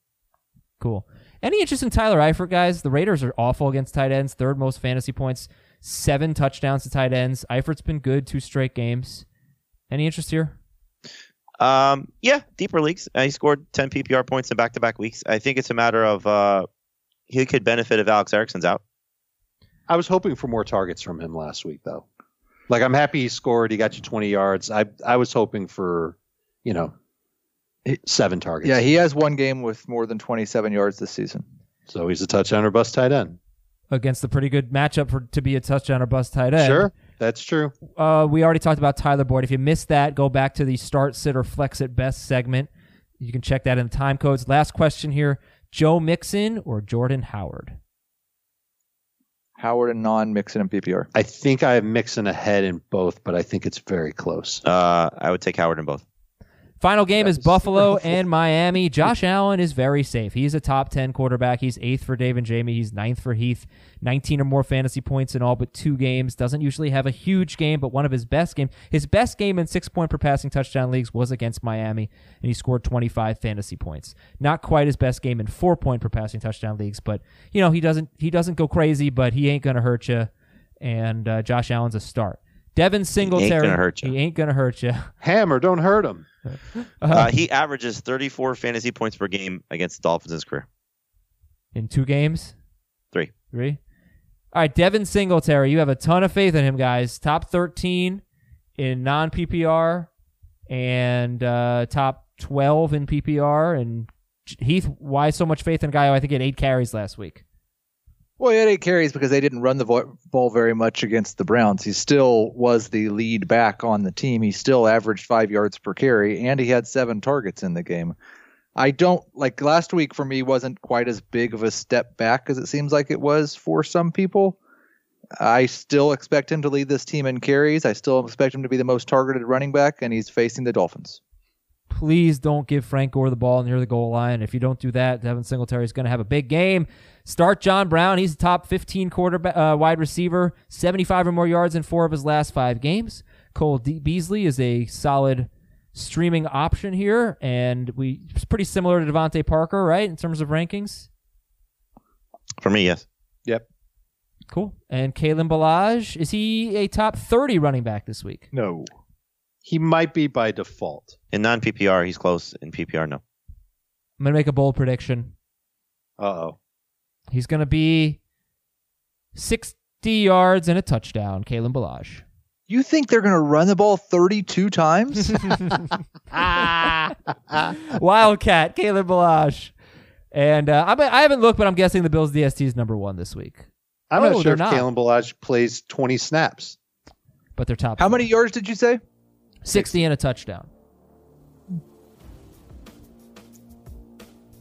Cool. Any interest in Tyler Eifert, guys? The Raiders are awful against tight ends. Third most fantasy points, seven touchdowns to tight ends. Eifert's been good two straight games. Any interest here? Um, yeah, deeper leagues. Uh, He scored 10 PPR points in back-to-back weeks. I think it's a matter of uh, he could benefit if Alex Erickson's out. I was hoping for more targets from him last week, though. Like I'm happy he scored. He got you 20 yards. I I was hoping for, you know, seven targets. Yeah, he has one game with more than 27 yards this season. so he's a touchdown or bust tight end. Against the pretty good matchup for to be a touchdown or bust tight end. Sure, that's true. Uh, we already talked about Tyler Boyd. If you missed that, go back to the start, sit, or flex at best segment. You can check that in the time codes. Last question here: Joe Mixon or Jordan Howard? Howard and non Mixon and PPR. I think I am mixing ahead in both, but I think it's very close. Uh, I would take Howard in both. Final game That is was super Buffalo helpful. and Miami. Josh Allen is very safe. He's a top 10 quarterback. He's eighth for Dave and Jamie. He's ninth for Heath. 19 or more fantasy points in all but two games. Doesn't usually have a huge game, but one of his best games. His best game in six point per passing touchdown leagues was against Miami, and he scored 25 fantasy points. Not quite his best game in four point per passing touchdown leagues, but you know he doesn't he doesn't go crazy, but he ain't gonna hurt you. And uh, Josh Allen's a start. Devin Singletary gonna hurt ya. He ain't gonna hurt you. Hammer, don't hurt him. Uh, he averages 34 fantasy points per game against the Dolphins in his career. In two games? Three. Three? All right, Devin Singletary. You have a ton of faith in him, guys. Top 13 in non PPR and uh, top 12 in PPR. And Heath, why so much faith in a guy who I think had eight carries last week? Well, he had eight carries because they didn't run the vo- ball very much against the Browns. He still was the lead back on the team. He still averaged five yards per carry, and he had seven targets in the game. I don't like last week for me wasn't quite as big of a step back as it seems like it was for some people. I still expect him to lead this team in carries. I still expect him to be the most targeted running back, and he's facing the Dolphins. Please don't give Frank Gore the ball near the goal line. If you don't do that, Devin Singletary is going to have a big game. Start John Brown. He's a top 15 quarterback, uh, wide receiver, 75 or more yards in four of his last five games. Cole D- Beasley is a solid streaming option here, and we it's pretty similar to Devontae Parker, right, in terms of rankings. For me, yes. Cool. And Kalen Balaj is he a top 30 running back this week? No. He might be by default. In non PPR, he's close. In PPR, no. I'm gonna make a bold prediction. Uh oh. He's going to be 60 yards and a touchdown, Kalen Balaj. You think they're going to run the ball 32 times? Wildcat, Caleb Balash. And uh, I, bet- I haven't looked, but I'm guessing the Bills DST is number one this week. I'm Oh, not sure they're if not. Kalen Balaj plays 20 snaps. But they're top How many yards did you say? 60 and a touchdown.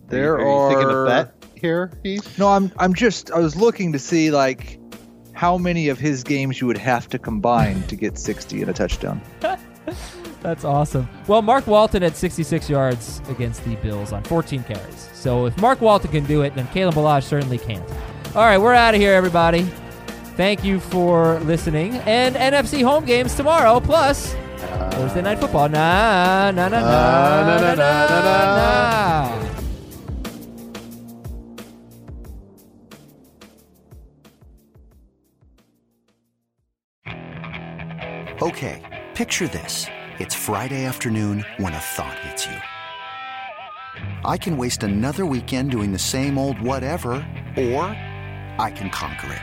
There you- are you thinking of are bet here, Heath? No, I'm I'm just I was looking to see like how many of his games you would have to combine to get 60 and a touchdown. That's awesome. Well, Mark Walton had 66 yards against the Bills on 14 carries. So if Mark Walton can do it, then Caleb Balaj certainly can't. All right, we're out of here, everybody. Thank you for listening. And NFC home games tomorrow, plus Thursday Night Football. Na, na, na, na, na, na, na, na, na, na, na. Okay, picture this. It's Friday afternoon when a thought hits you. I can waste another weekend doing the same old whatever, or I can conquer it.